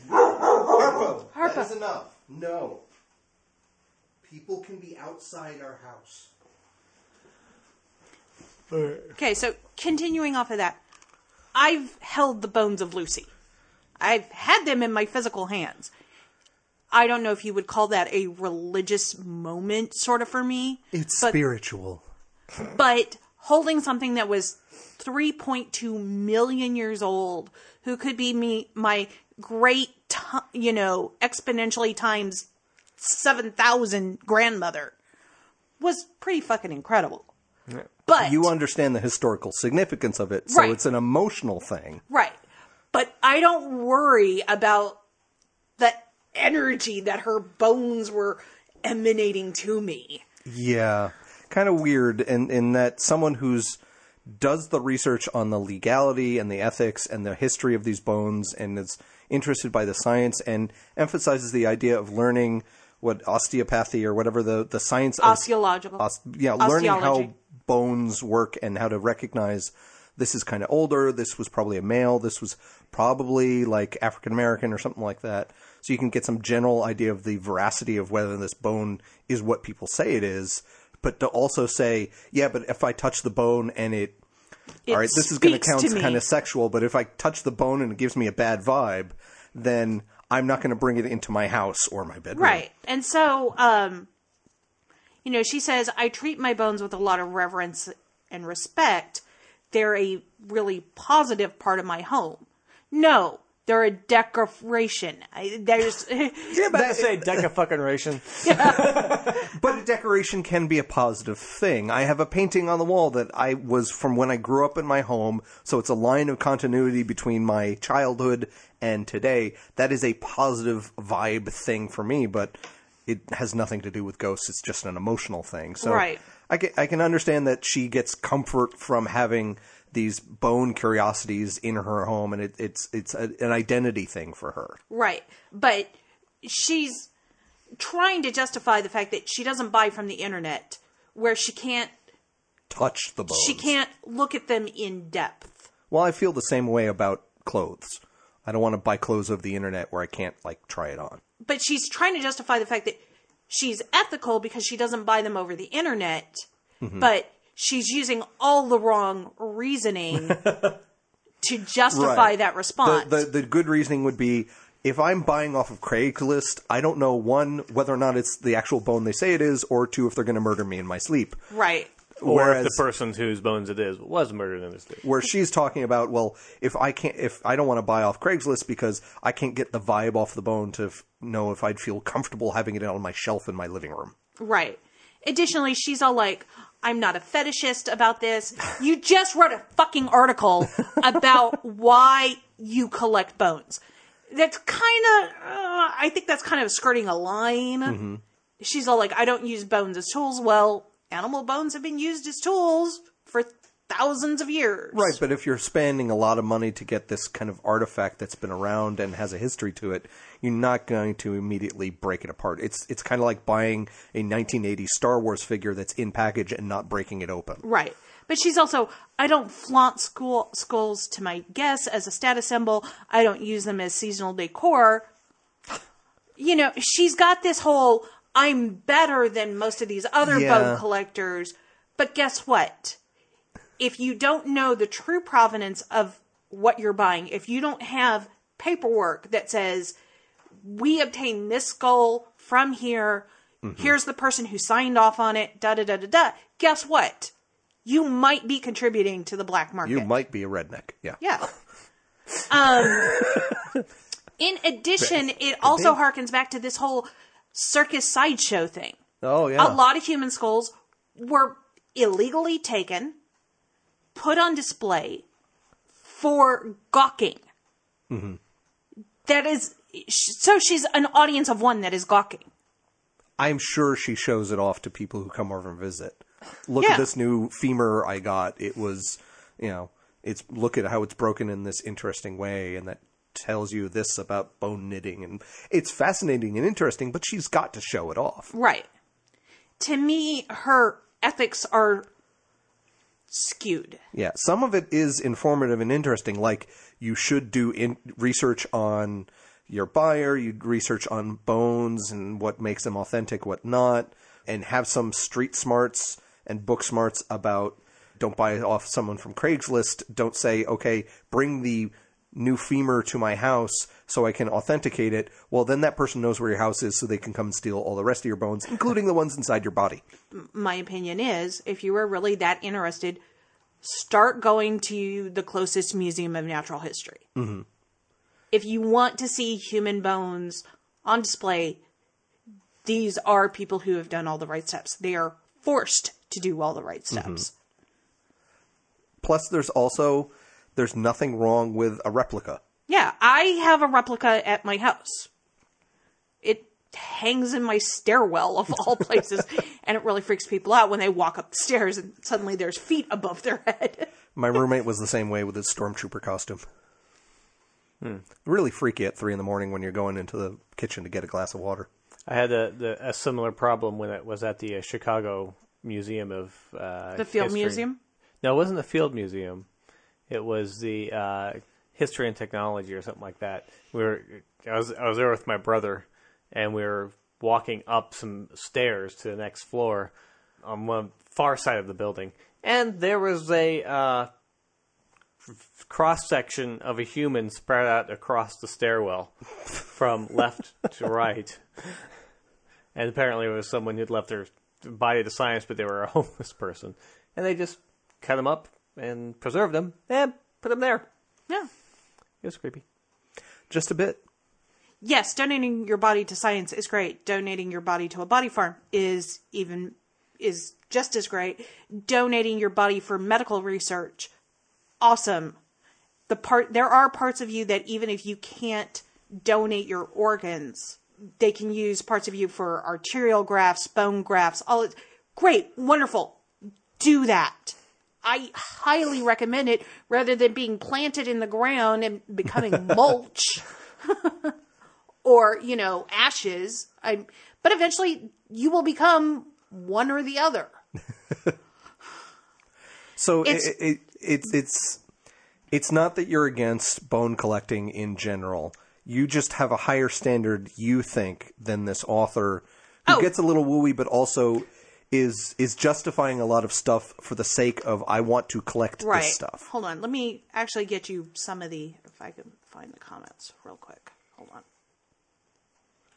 Harpo. that is
enough. No. People can be outside our house.
Okay, so continuing off of that, I've held the bones of Lucy. I've had them in my physical hands. I don't know if you would call that a religious moment sort of for me.
It's
but-
spiritual.
but holding something that was 3.2 million years old who could be me my great ti you know exponentially times 7000 grandmother was pretty fucking incredible but
You understand the historical significance of it, so
Right.
it's an emotional thing.
right but i don't worry about the energy that her bones were emanating to me
Yeah, kind of weird, in, in that someone who's does the research on the legality and the ethics and the history of these bones and is interested by the science and emphasizes the idea of learning what osteopathy or whatever the the science of
Osteological.
os- yeah, learning how
Osteology.
bones work and how to recognize this is kind of older. This was probably a male. This was probably like African American or something like that. So you can get some general idea of the veracity of whether this bone is what people say it is, but to also say, yeah, but if I touch the bone and it, all right, this is going
speaks
to count
to me.
kind of sexual, but if I touch the bone and it gives me a bad vibe, then I'm not going to bring it into my house or my bedroom.
Right. And so, um, you know, she says, I treat my bones with a lot of reverence and respect. They're a really positive part of my home. No, they're a decoration. I, there's,
Yeah, but I say deca fucking ration.
But a decoration can be a positive thing. I have a painting on the wall that I was from when I grew up in my home, so it's a line of continuity between my childhood and today. That is a positive vibe thing for me, but it has nothing to do with ghosts. It's just an emotional thing. So
Right.
I can, I can understand that she gets comfort from having these bone curiosities in her home, and it, it's it's a, an identity thing for her.
right. But she's trying to justify the fact that she doesn't buy from the internet where she can't,
Touch the bones.
she can't look at them in depth.
Well, I feel the same way about clothes. I don't want to buy clothes over the internet where I can't like try it on.
but she's trying to justify the fact that she's ethical because she doesn't buy them over the internet,
Mm-hmm.
but she's using all the wrong reasoning to justify
Right.
that response.
The, the the good reasoning would be if I'm buying off of Craigslist, I don't know one whether or not it's the actual bone they say it is, or two if they're going to murder me in my sleep.
right.
or if
Whereas-
the person whose bones it is was murdered in this case.
where she's talking about well if i can't if i don't want to buy off craigslist because i can't get the vibe off the bone to f- know if i'd feel comfortable having it on my shelf in my living room
Right. Additionally, she's all like, I'm not a fetishist about this. You just wrote a fucking article about why you collect bones. That's kind of, uh, I think that's kind of skirting a line. She's all like, I don't use bones as tools. Well, animal bones have been used as tools for thousands of years.
right but if you're spending a lot of money to get this kind of artifact that's been around and has a history to it you're not going to immediately break it apart it's it's kind of like buying a 1980 star wars figure that's in package and not breaking it open
Right. But she's also, I don't flaunt school, skulls to my guests as a status symbol. I don't use them as seasonal decor. You know, she's got this whole, I'm better than most of these other
Yeah.
bone collectors. But guess what? If you don't know the true provenance of what you're buying, if you don't have paperwork that says, we obtained this skull from here,
Mm-hmm.
here's the person who signed off on it, da da da da da, guess what? you might be contributing to the black market.
you might be a redneck yeah
Yeah. Um, in addition, it also harkens back to this whole circus sideshow thing.
oh yeah
A lot of human skulls were illegally taken, put on display for gawking. That is, so she's an audience of one that is gawking.
I'm sure she shows it off to people who come over and visit. Look
Yeah.
at this new femur I got. It was, you know, it's look at how it's broken in this interesting way, and that tells you this about bone knitting, and it's fascinating and interesting. But she's got to show it off.
Right. To me, her ethics are skewed.
Yeah, some of it is informative and interesting. Like you should do in- research on your buyer, you research on bones and what makes them authentic, what not, and have some street smarts and book smarts about. Don't buy off someone from Craigslist. Don't say, okay, bring the new femur to my house so I can authenticate it. Well, then that person knows where your house is, so they can come steal all the rest of your bones, including the ones inside your body.
my opinion is if you were really that interested, start going to the closest museum of natural history. If you want to see human bones on display, these are people who have done all the right steps. They are forced to do all the right steps.
Plus, there's also there's nothing wrong with a replica.
Yeah, I have a replica at my house. It hangs in my stairwell of all places, and it really freaks people out when they walk up the stairs and suddenly there's feet above their head.
My roommate was the same way with his stormtrooper costume. Hmm. Really freaky at three in the morning when you're going into the kitchen to get a glass of water.
I had a, the, a similar problem when it was at the uh, Chicago Museum of uh,
The Field
History.
Museum.
No, it wasn't the Field Museum. It was the uh, History and Technology or something like that. We were I was I was there with my brother, and we were walking up some stairs to the next floor on one far side of the building, and there was a uh, cross section of a human spread out across the stairwell from left to right. And apparently, it was someone who'd left their body to science, but they were a homeless person. And they just cut him up and preserved him and put him there.
Yeah.
It was creepy.
Just a bit.
yes, donating your body to science is great. Donating your body to a body farm is even is just as great. Donating your body for medical research, awesome. The part there are parts of you that even if you can't donate your organs, they can use parts of you for arterial grafts, bone grafts, all it great, wonderful. Do that. I highly recommend it rather than being planted in the ground and becoming mulch or you know ashes i but eventually you will become one or the other
So it,
It's-
it, it, it's it's it's not that you're against bone collecting in general. You just have a higher standard, you think, than this author who
Oh.
gets a little wooey, but also is is justifying a lot of stuff for the sake of I want to collect
right
this stuff.
hold on let me actually get you some of the if i can find the comments real quick hold on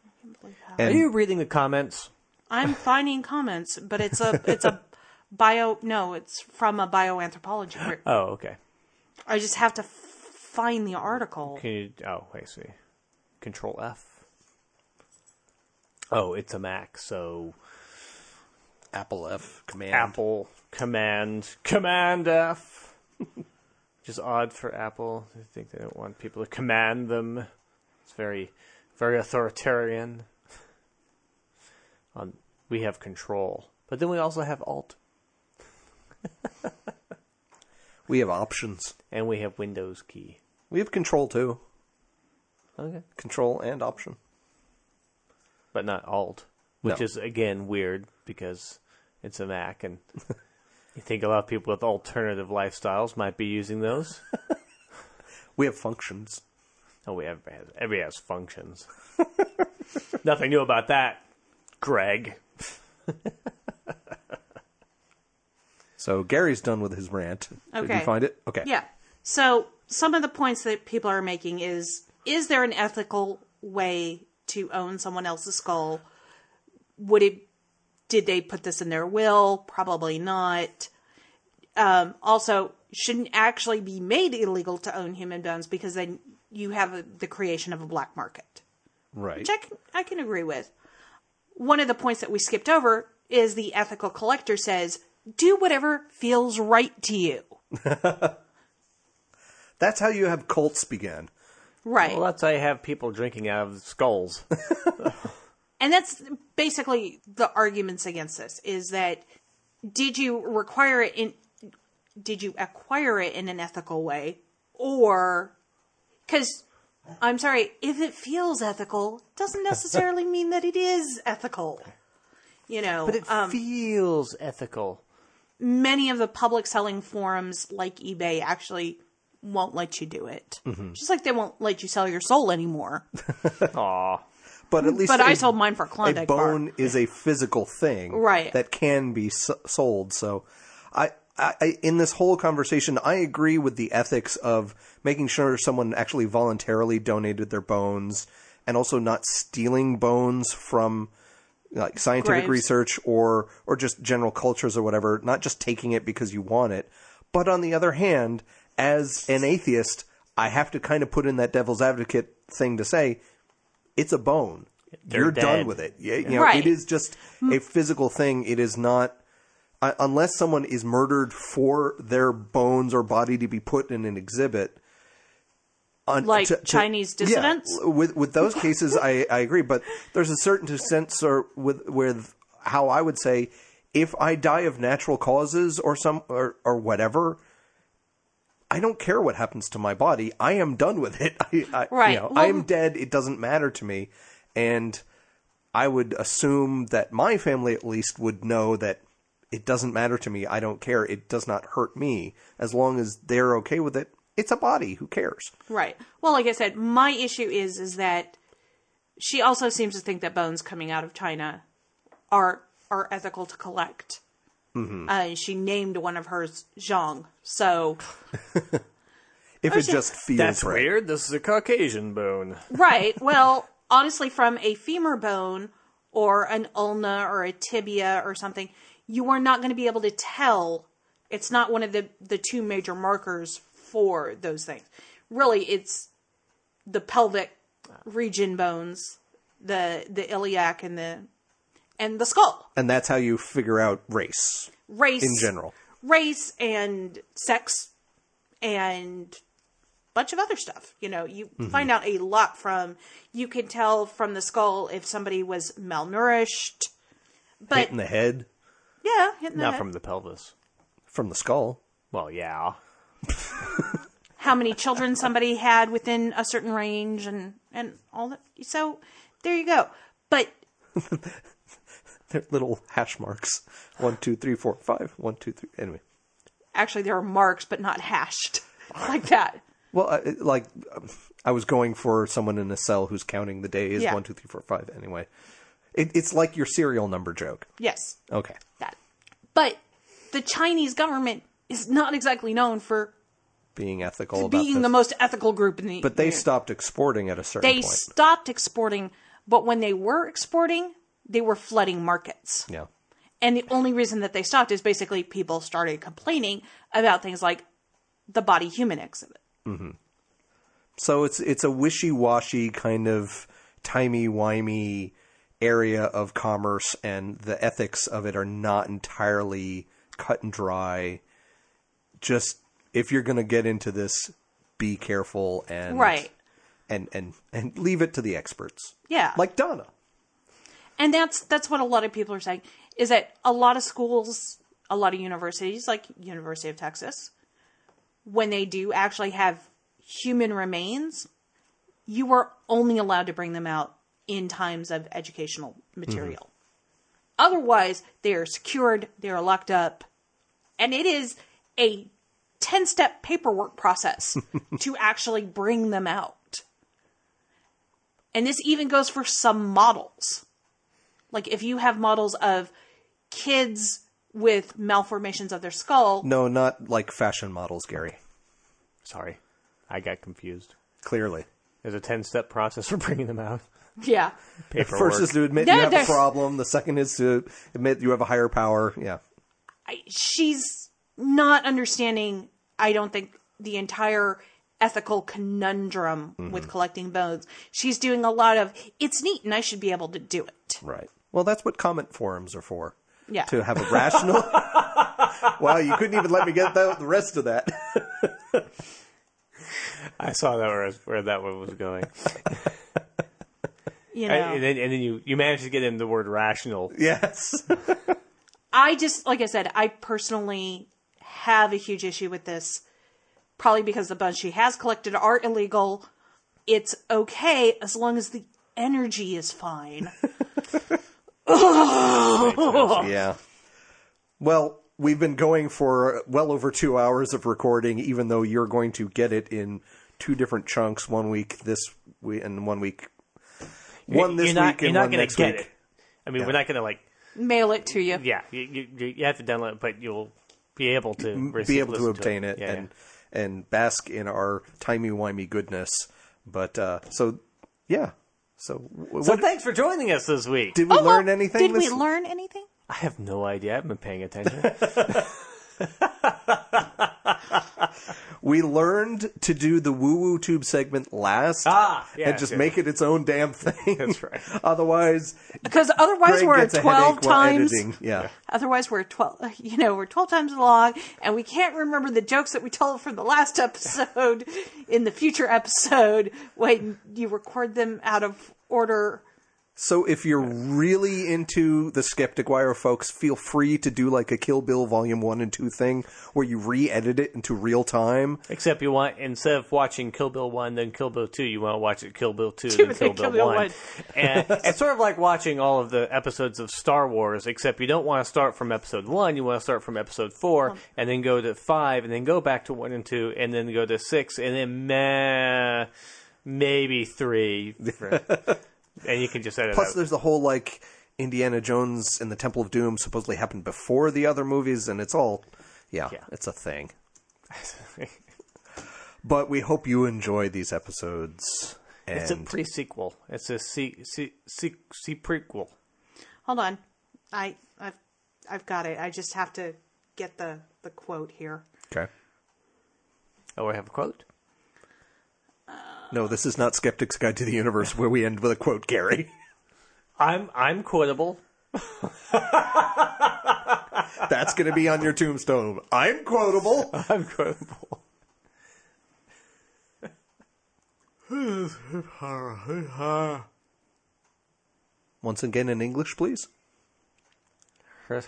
I can't believe how-
Are you reading the comments?
i'm finding comments but it's a it's a bio. No, it's from a bioanthropology group.
Oh, okay.
I just have to f- find the article.
Can you? Oh, I see. Control F. Oh, it's a Mac, so
Apple F command.
Apple Command Command F. Which is odd for Apple. I think they don't want people to command them. It's very, very authoritarian. Um, we have control, but then we also have Alt,
We have options.
and we have Windows key.
We have control too.
Okay,
Control and option.
but not Alt, which
No.
is again weird because it's a Mac, and you think a lot of people with alternative lifestyles might be using those.
We have functions.
Oh, we everybody has everybody has functions. Nothing new about that, Greg.
So Gary's done with his rant. Did
Okay.
you find it? Okay.
Yeah. So some of the points that people are making is is there an ethical way to own someone else's skull? Would it did they put this in their will? Probably not. Um, also, shouldn't actually be made illegal to own human bones because then you have a, the creation of a black market.
Right.
Which I can, I can agree with. One of the points that we skipped over is the ethical collector says, do whatever feels right to you.
That's how you have cults began.
Right.
Well, that's how you have people drinking out of skulls.
and that's basically the arguments against this is that did you require it in did you acquire it in an ethical way or cuz I'm sorry if it feels ethical doesn't necessarily mean that it is ethical you know
but it
um,
feels ethical.
many of the public selling forums like eBay actually won't let you do it just like they won't let you sell your soul anymore
Aw.
But at least
but I
a-
sold mine for a Klondike
a
bar.
bone is a physical thing
Right.
that can be s- sold so I, I I- in this whole conversation i agree with the ethics of making sure someone actually voluntarily donated their bones and also not stealing bones from like scientific
Graves.
research or or just general cultures or whatever not just taking it because you want it but on the other hand as an atheist i have to kind of put in that devil's advocate thing to say it's a bone.
They're
You're
dead.
done with it. You, you know,
Right.
It
Mm.
is just a physical thing. It is not, uh, unless someone is murdered for their bones or body to be put in an exhibit. on-
Like Chinese
yeah,
dissidents?
with with those cases, I, I agree. But there's a certain sense or with with how I would say, if I die of natural causes or some or, or whatever. I don't care what happens to my body. I am done with it. I, I, you
Right.
know,
Well-
I am dead. It doesn't matter to me. And I would assume that my family at least would know that it doesn't matter to me. I don't care. It does not hurt me. As long as they're okay with it, it's a body. Who cares?
Right. Well, like I said, my issue is is that she also seems to think that bones coming out of China are are ethical to collect. Mm-hmm. Uh, she named one of hers Zhang. So
If it just feels
That's
right.
weird. This is a Caucasian bone.
right. Well, honestly, from a femur bone or an ulna or a tibia or something, you are not going to be able to tell. It's not one of the the two major markers for those things. Really, it's the pelvic region bones, the the iliac and the and the skull.
And that's how you figure out race
Race
in general.
race and sex and bunch of other stuff. You know, you
Mm-hmm.
find out a lot from you can tell from the skull if somebody was malnourished. But
Hit in the head
yeah, hitting the
Not
head.
from the pelvis.
from the skull.
Well, yeah.
how many children somebody had within a certain range and and all that. So there you go. But
They're little hash marks. One, two, three, four, five. One, two, three. Anyway.
actually, there are marks, but not hashed like that.
Well, I, like um, I was going for someone in a cell who's counting the days
Yeah.
one, two, three, four, five. Anyway, it, it's like your serial number joke.
Yes.
Okay,
that. But the Chinese government is not exactly known for
being ethical about
being
this.
the most ethical group in the.
but they
union.
stopped exporting at a certain
they
point.
stopped exporting, but when they were exporting, they were flooding markets,
yeah,
And the only reason that they stopped is basically people started complaining about things like the body human exhibit.
So it's it's a wishy washy kind of timey wimey area of commerce, and the ethics of it are not entirely cut and dry. Just if you're going to get into this, be careful and
Right.
and and and leave it to the experts.
Yeah.
like Donna.
and that's that's what a lot of people are saying is that a lot of schools a lot of universities like university of texas when they do actually have human remains you are only allowed to bring them out in times of educational material otherwise they are secured they are locked up and it is a 10 step paperwork process to actually bring them out and this even goes for some models like if you have models of kids with malformations of their skull,
No, not like fashion models, Gary.
Sorry, I got confused.
Clearly,
There's a ten-step process for bringing them out.
yeah,
Paperwork.
first is to admit
No,
you have a
there's-
problem. The second is to admit you have a higher power. Yeah,
I, she's not understanding. I don't think the entire ethical conundrum
Mm-hmm.
with collecting bones. She's doing a lot of it's neat, and I should be able to do it.
right. Well, that's what comment forums are for.
Yeah,
to have a rational. wow, you couldn't even let me get that, the rest of that.
I saw that where, where that one was going,
you know.
and, and then, and then you you managed to get in the word rational.
yes.
I just, like I said, I personally have a huge issue with this, probably because the bones she has collected are illegal. It's okay as long as the energy is fine.
Oh.
Yeah. Well, we've been going for well over two hours of recording, even though you're going to get it in two different chunks one week this week and one week. One this
you're not,
week
you're
and
not
one
gonna
next
get
week.
It. I mean, we're not gonna like
Mail it to you.
yeah. You, you, you have to download it, but you'll be able to
Be able to
listen
obtain it,
Yeah, yeah.
and and bask in our timey wimey goodness. But uh, so yeah. So, w-
So
what,
thanks for joining us this week.
did we
Oh, well,
learn anything?
Did
this
we learn anything?
I have no idea. I haven't been paying attention.
We learned to do the woo woo tube segment last
Ah, yes,
and just
yes.
make it its own damn thing.
That's right.
Otherwise,
Because otherwise
Greg
we're
gets a
twelve
headache while
times.
editing. Yeah.
Otherwise we're twelve. You know, we're twelve times long, and we can't remember the jokes that we told from the last episode in the future episode when you record them out of order.
So if you're really into the Skeptic Wire, folks, feel free to do like a Kill Bill Volume One and Two thing where you re-edit it into real time.
Except you want instead of watching Kill Bill one, then Kill Bill two, you want to watch it Kill Bill two, then Kill, Bill, one. and it's sort of like watching all of the episodes of Star Wars, except you don't want to start from episode one. You want to start from episode four, and then go to five, and then go back to one and two, and then go to six, and then meh, maybe three, and you can just edit.
Plus,
out.
there's the whole like Indiana Jones and the Temple of Doom supposedly happened before the other movies, and it's all yeah.
Yeah.
it's a thing. But we hope you enjoy these episodes. And
it's a pre sequel. It's a se- se- se- se- prequel.
Hold on, I I've I've got it. I just have to get the the quote here.
okay.
Oh, I have a quote.
No, this is not Skeptic's Guide to the Universe, where we end with a quote, Gary.
I'm I'm quotable.
That's going to be on your tombstone. I'm quotable.
I'm quotable.
Once again in English, please.
It's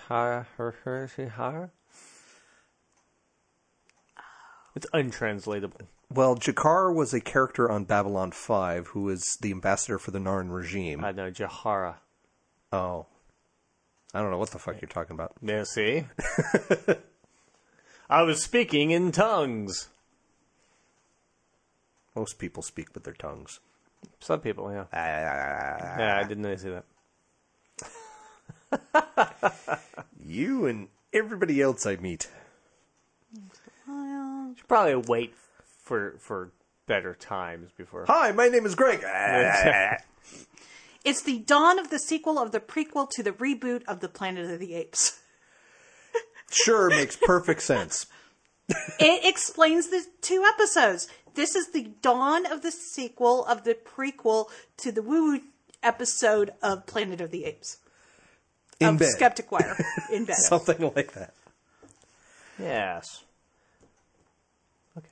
untranslatable.
Well, Jakar was a character on Babylon 5 who was the ambassador for the Narn regime.
I know Jahara.
oh. I don't know what the fuck you're talking about.
Yeah, see? I was speaking in tongues.
Most people speak with their tongues. Ah,
Some people, yeah. Yeah, I didn't really see that.
You and everybody else I meet.
Should probably wait for for better times before.
Ah. Hi, my name is Greg.
It's the dawn of the sequel of the prequel to the reboot of the Planet of the Apes.
Sure, makes perfect sense.
It explains the two episodes. This is the dawn of the sequel of the prequel to the woo woo episode of Planet of the Apes.
In
of
bed.
Skeptic Wire in bed.
Something like that.
Yes. Okay.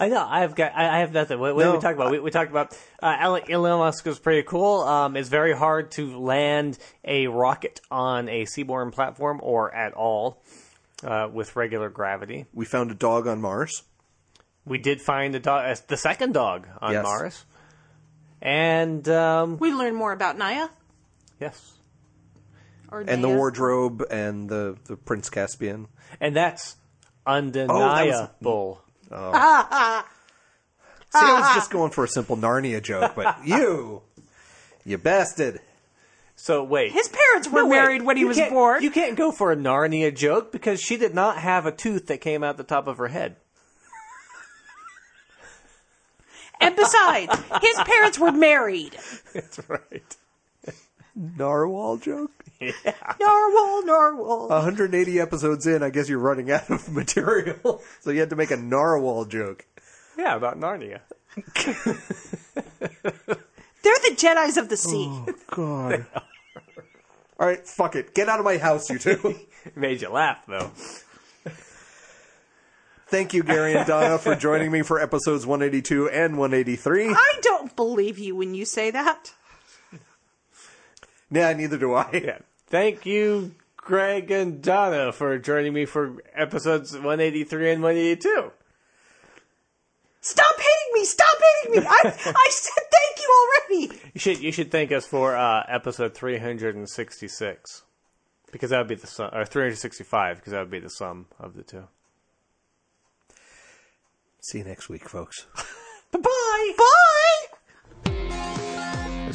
I know. I've got. I I have nothing. What, what
No.
did we talk about? We, we talked about uh, Alan, Elon Musk is pretty cool. Um, it's very hard to land a rocket on a seaborne platform or at all uh, with regular gravity.
We found a dog on Mars.
We did find a dog, uh, the second dog on
Yes.
Mars, and um,
we learn more about Naya.
yes,
Or
And the
Naya.
wardrobe and the, the Prince Caspian.
and that's
Oh, was- See,
undeniable.
I
Ah,
was just going for a simple Narnia joke, but you, you bastard.
so wait,
His parents were
No, wait.
married when he
You
was
can't-
born.
You can't go for a Narnia joke because she did not have a tooth that came out the top of her head.
And besides, his parents were married.
That's right.
Narwhal joke?
Narwhal, narwhal.
180 episodes in, I guess you're running out of material. So you had to make a narwhal joke.
Yeah, about Narnia.
They're the Jedi's of the sea.
God. All right, fuck it. Get out of my house, you two.
It made you laugh though.
Thank you, Gary and Donna, for joining me for episodes 182 and 183.
I don't believe you when you say that.
Nah, neither do I.
Yeah. Thank you, Greg and Donna, for joining me for episodes 183 and 182.
Stop hating me! Stop hating me! I, I said thank you already.
You should you should thank us for uh, episode 366 because that would be the sum or 365 because that would be the sum of the two.
See you next week, folks.
Bye. Bye.
The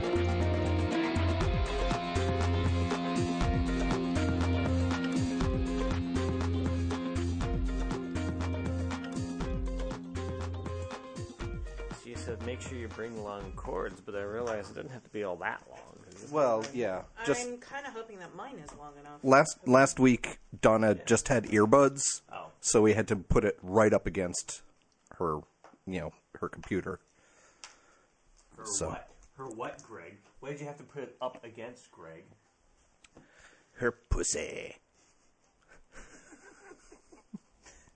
She said make sure you bring long cords, but I realized it doesn't have to be all that long.
Well, yeah. Just
kind of hoping that mine is long enough.
last last week, Donna just had earbuds,
Oh.
so we had to put it right up against her, you know, her computer.
Her
So- what?
Her what, Greg? Why did you have to put it up against Greg?
Her
Eh.
pussy.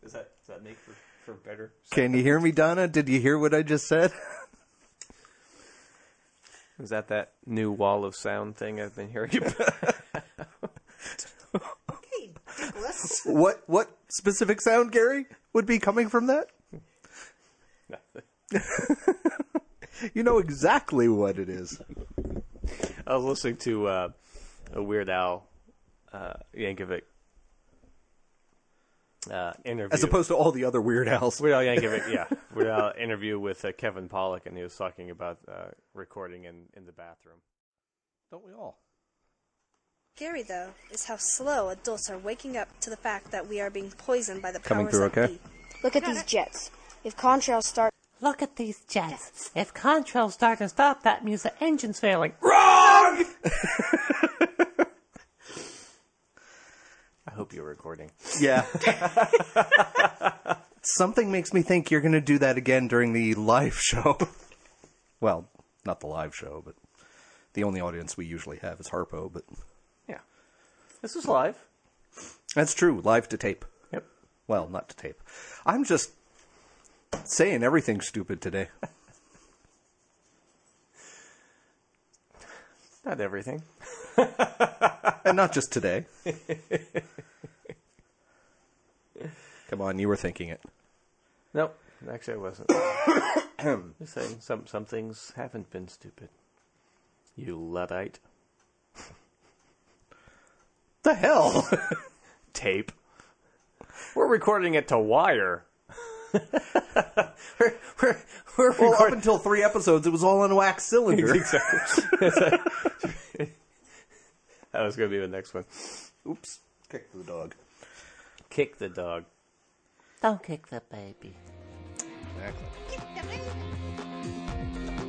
Does that does that make for, for better?
Can you hear me, Donna? Did you hear what I just said?
Is that that new wall of sound thing I've been hearing?
Hey, Nicholas.
What what specific sound, Gary, would be coming from that? You know exactly what it is.
I was listening to uh, a Weird Al uh, Yankovic uh, interview.
As opposed to all the other Weird Al's.
Weird Al Yankovic, yeah, Weird Al interview with uh, Kevin Pollock, and he was talking about uh, recording in, in the bathroom.
Don't we all?
Scary, though, is how slow adults are waking up to the fact that we are being poisoned by the
Coming
powers
through
that
okay?
be. Look at these jets. If contrails start
Look at these jets. If contrails start and stop, that means the engine's failing.
I hope you're recording.
Yeah. Something makes me think you're going to do that again during the live show. well, not the live show, but the only audience we usually have is Harpo, but
Yeah, this is live.
that's true, live to tape.
Yep.
Well, not to tape. I'm just saying everything stupid today.
Not everything.
and not just today. Come on, you were thinking it.
Nope. Actually, I wasn't. Just saying, some some things haven't been stupid. You luddite.
the hell?
tape. We're recording it to wire. we're we're, we're
well, up
recording.
until three episodes, it was all on wax cylinder.
that was going to be the next one.
Oops. Kick the dog.
Kick the dog.
Don't kick the baby.
Exactly.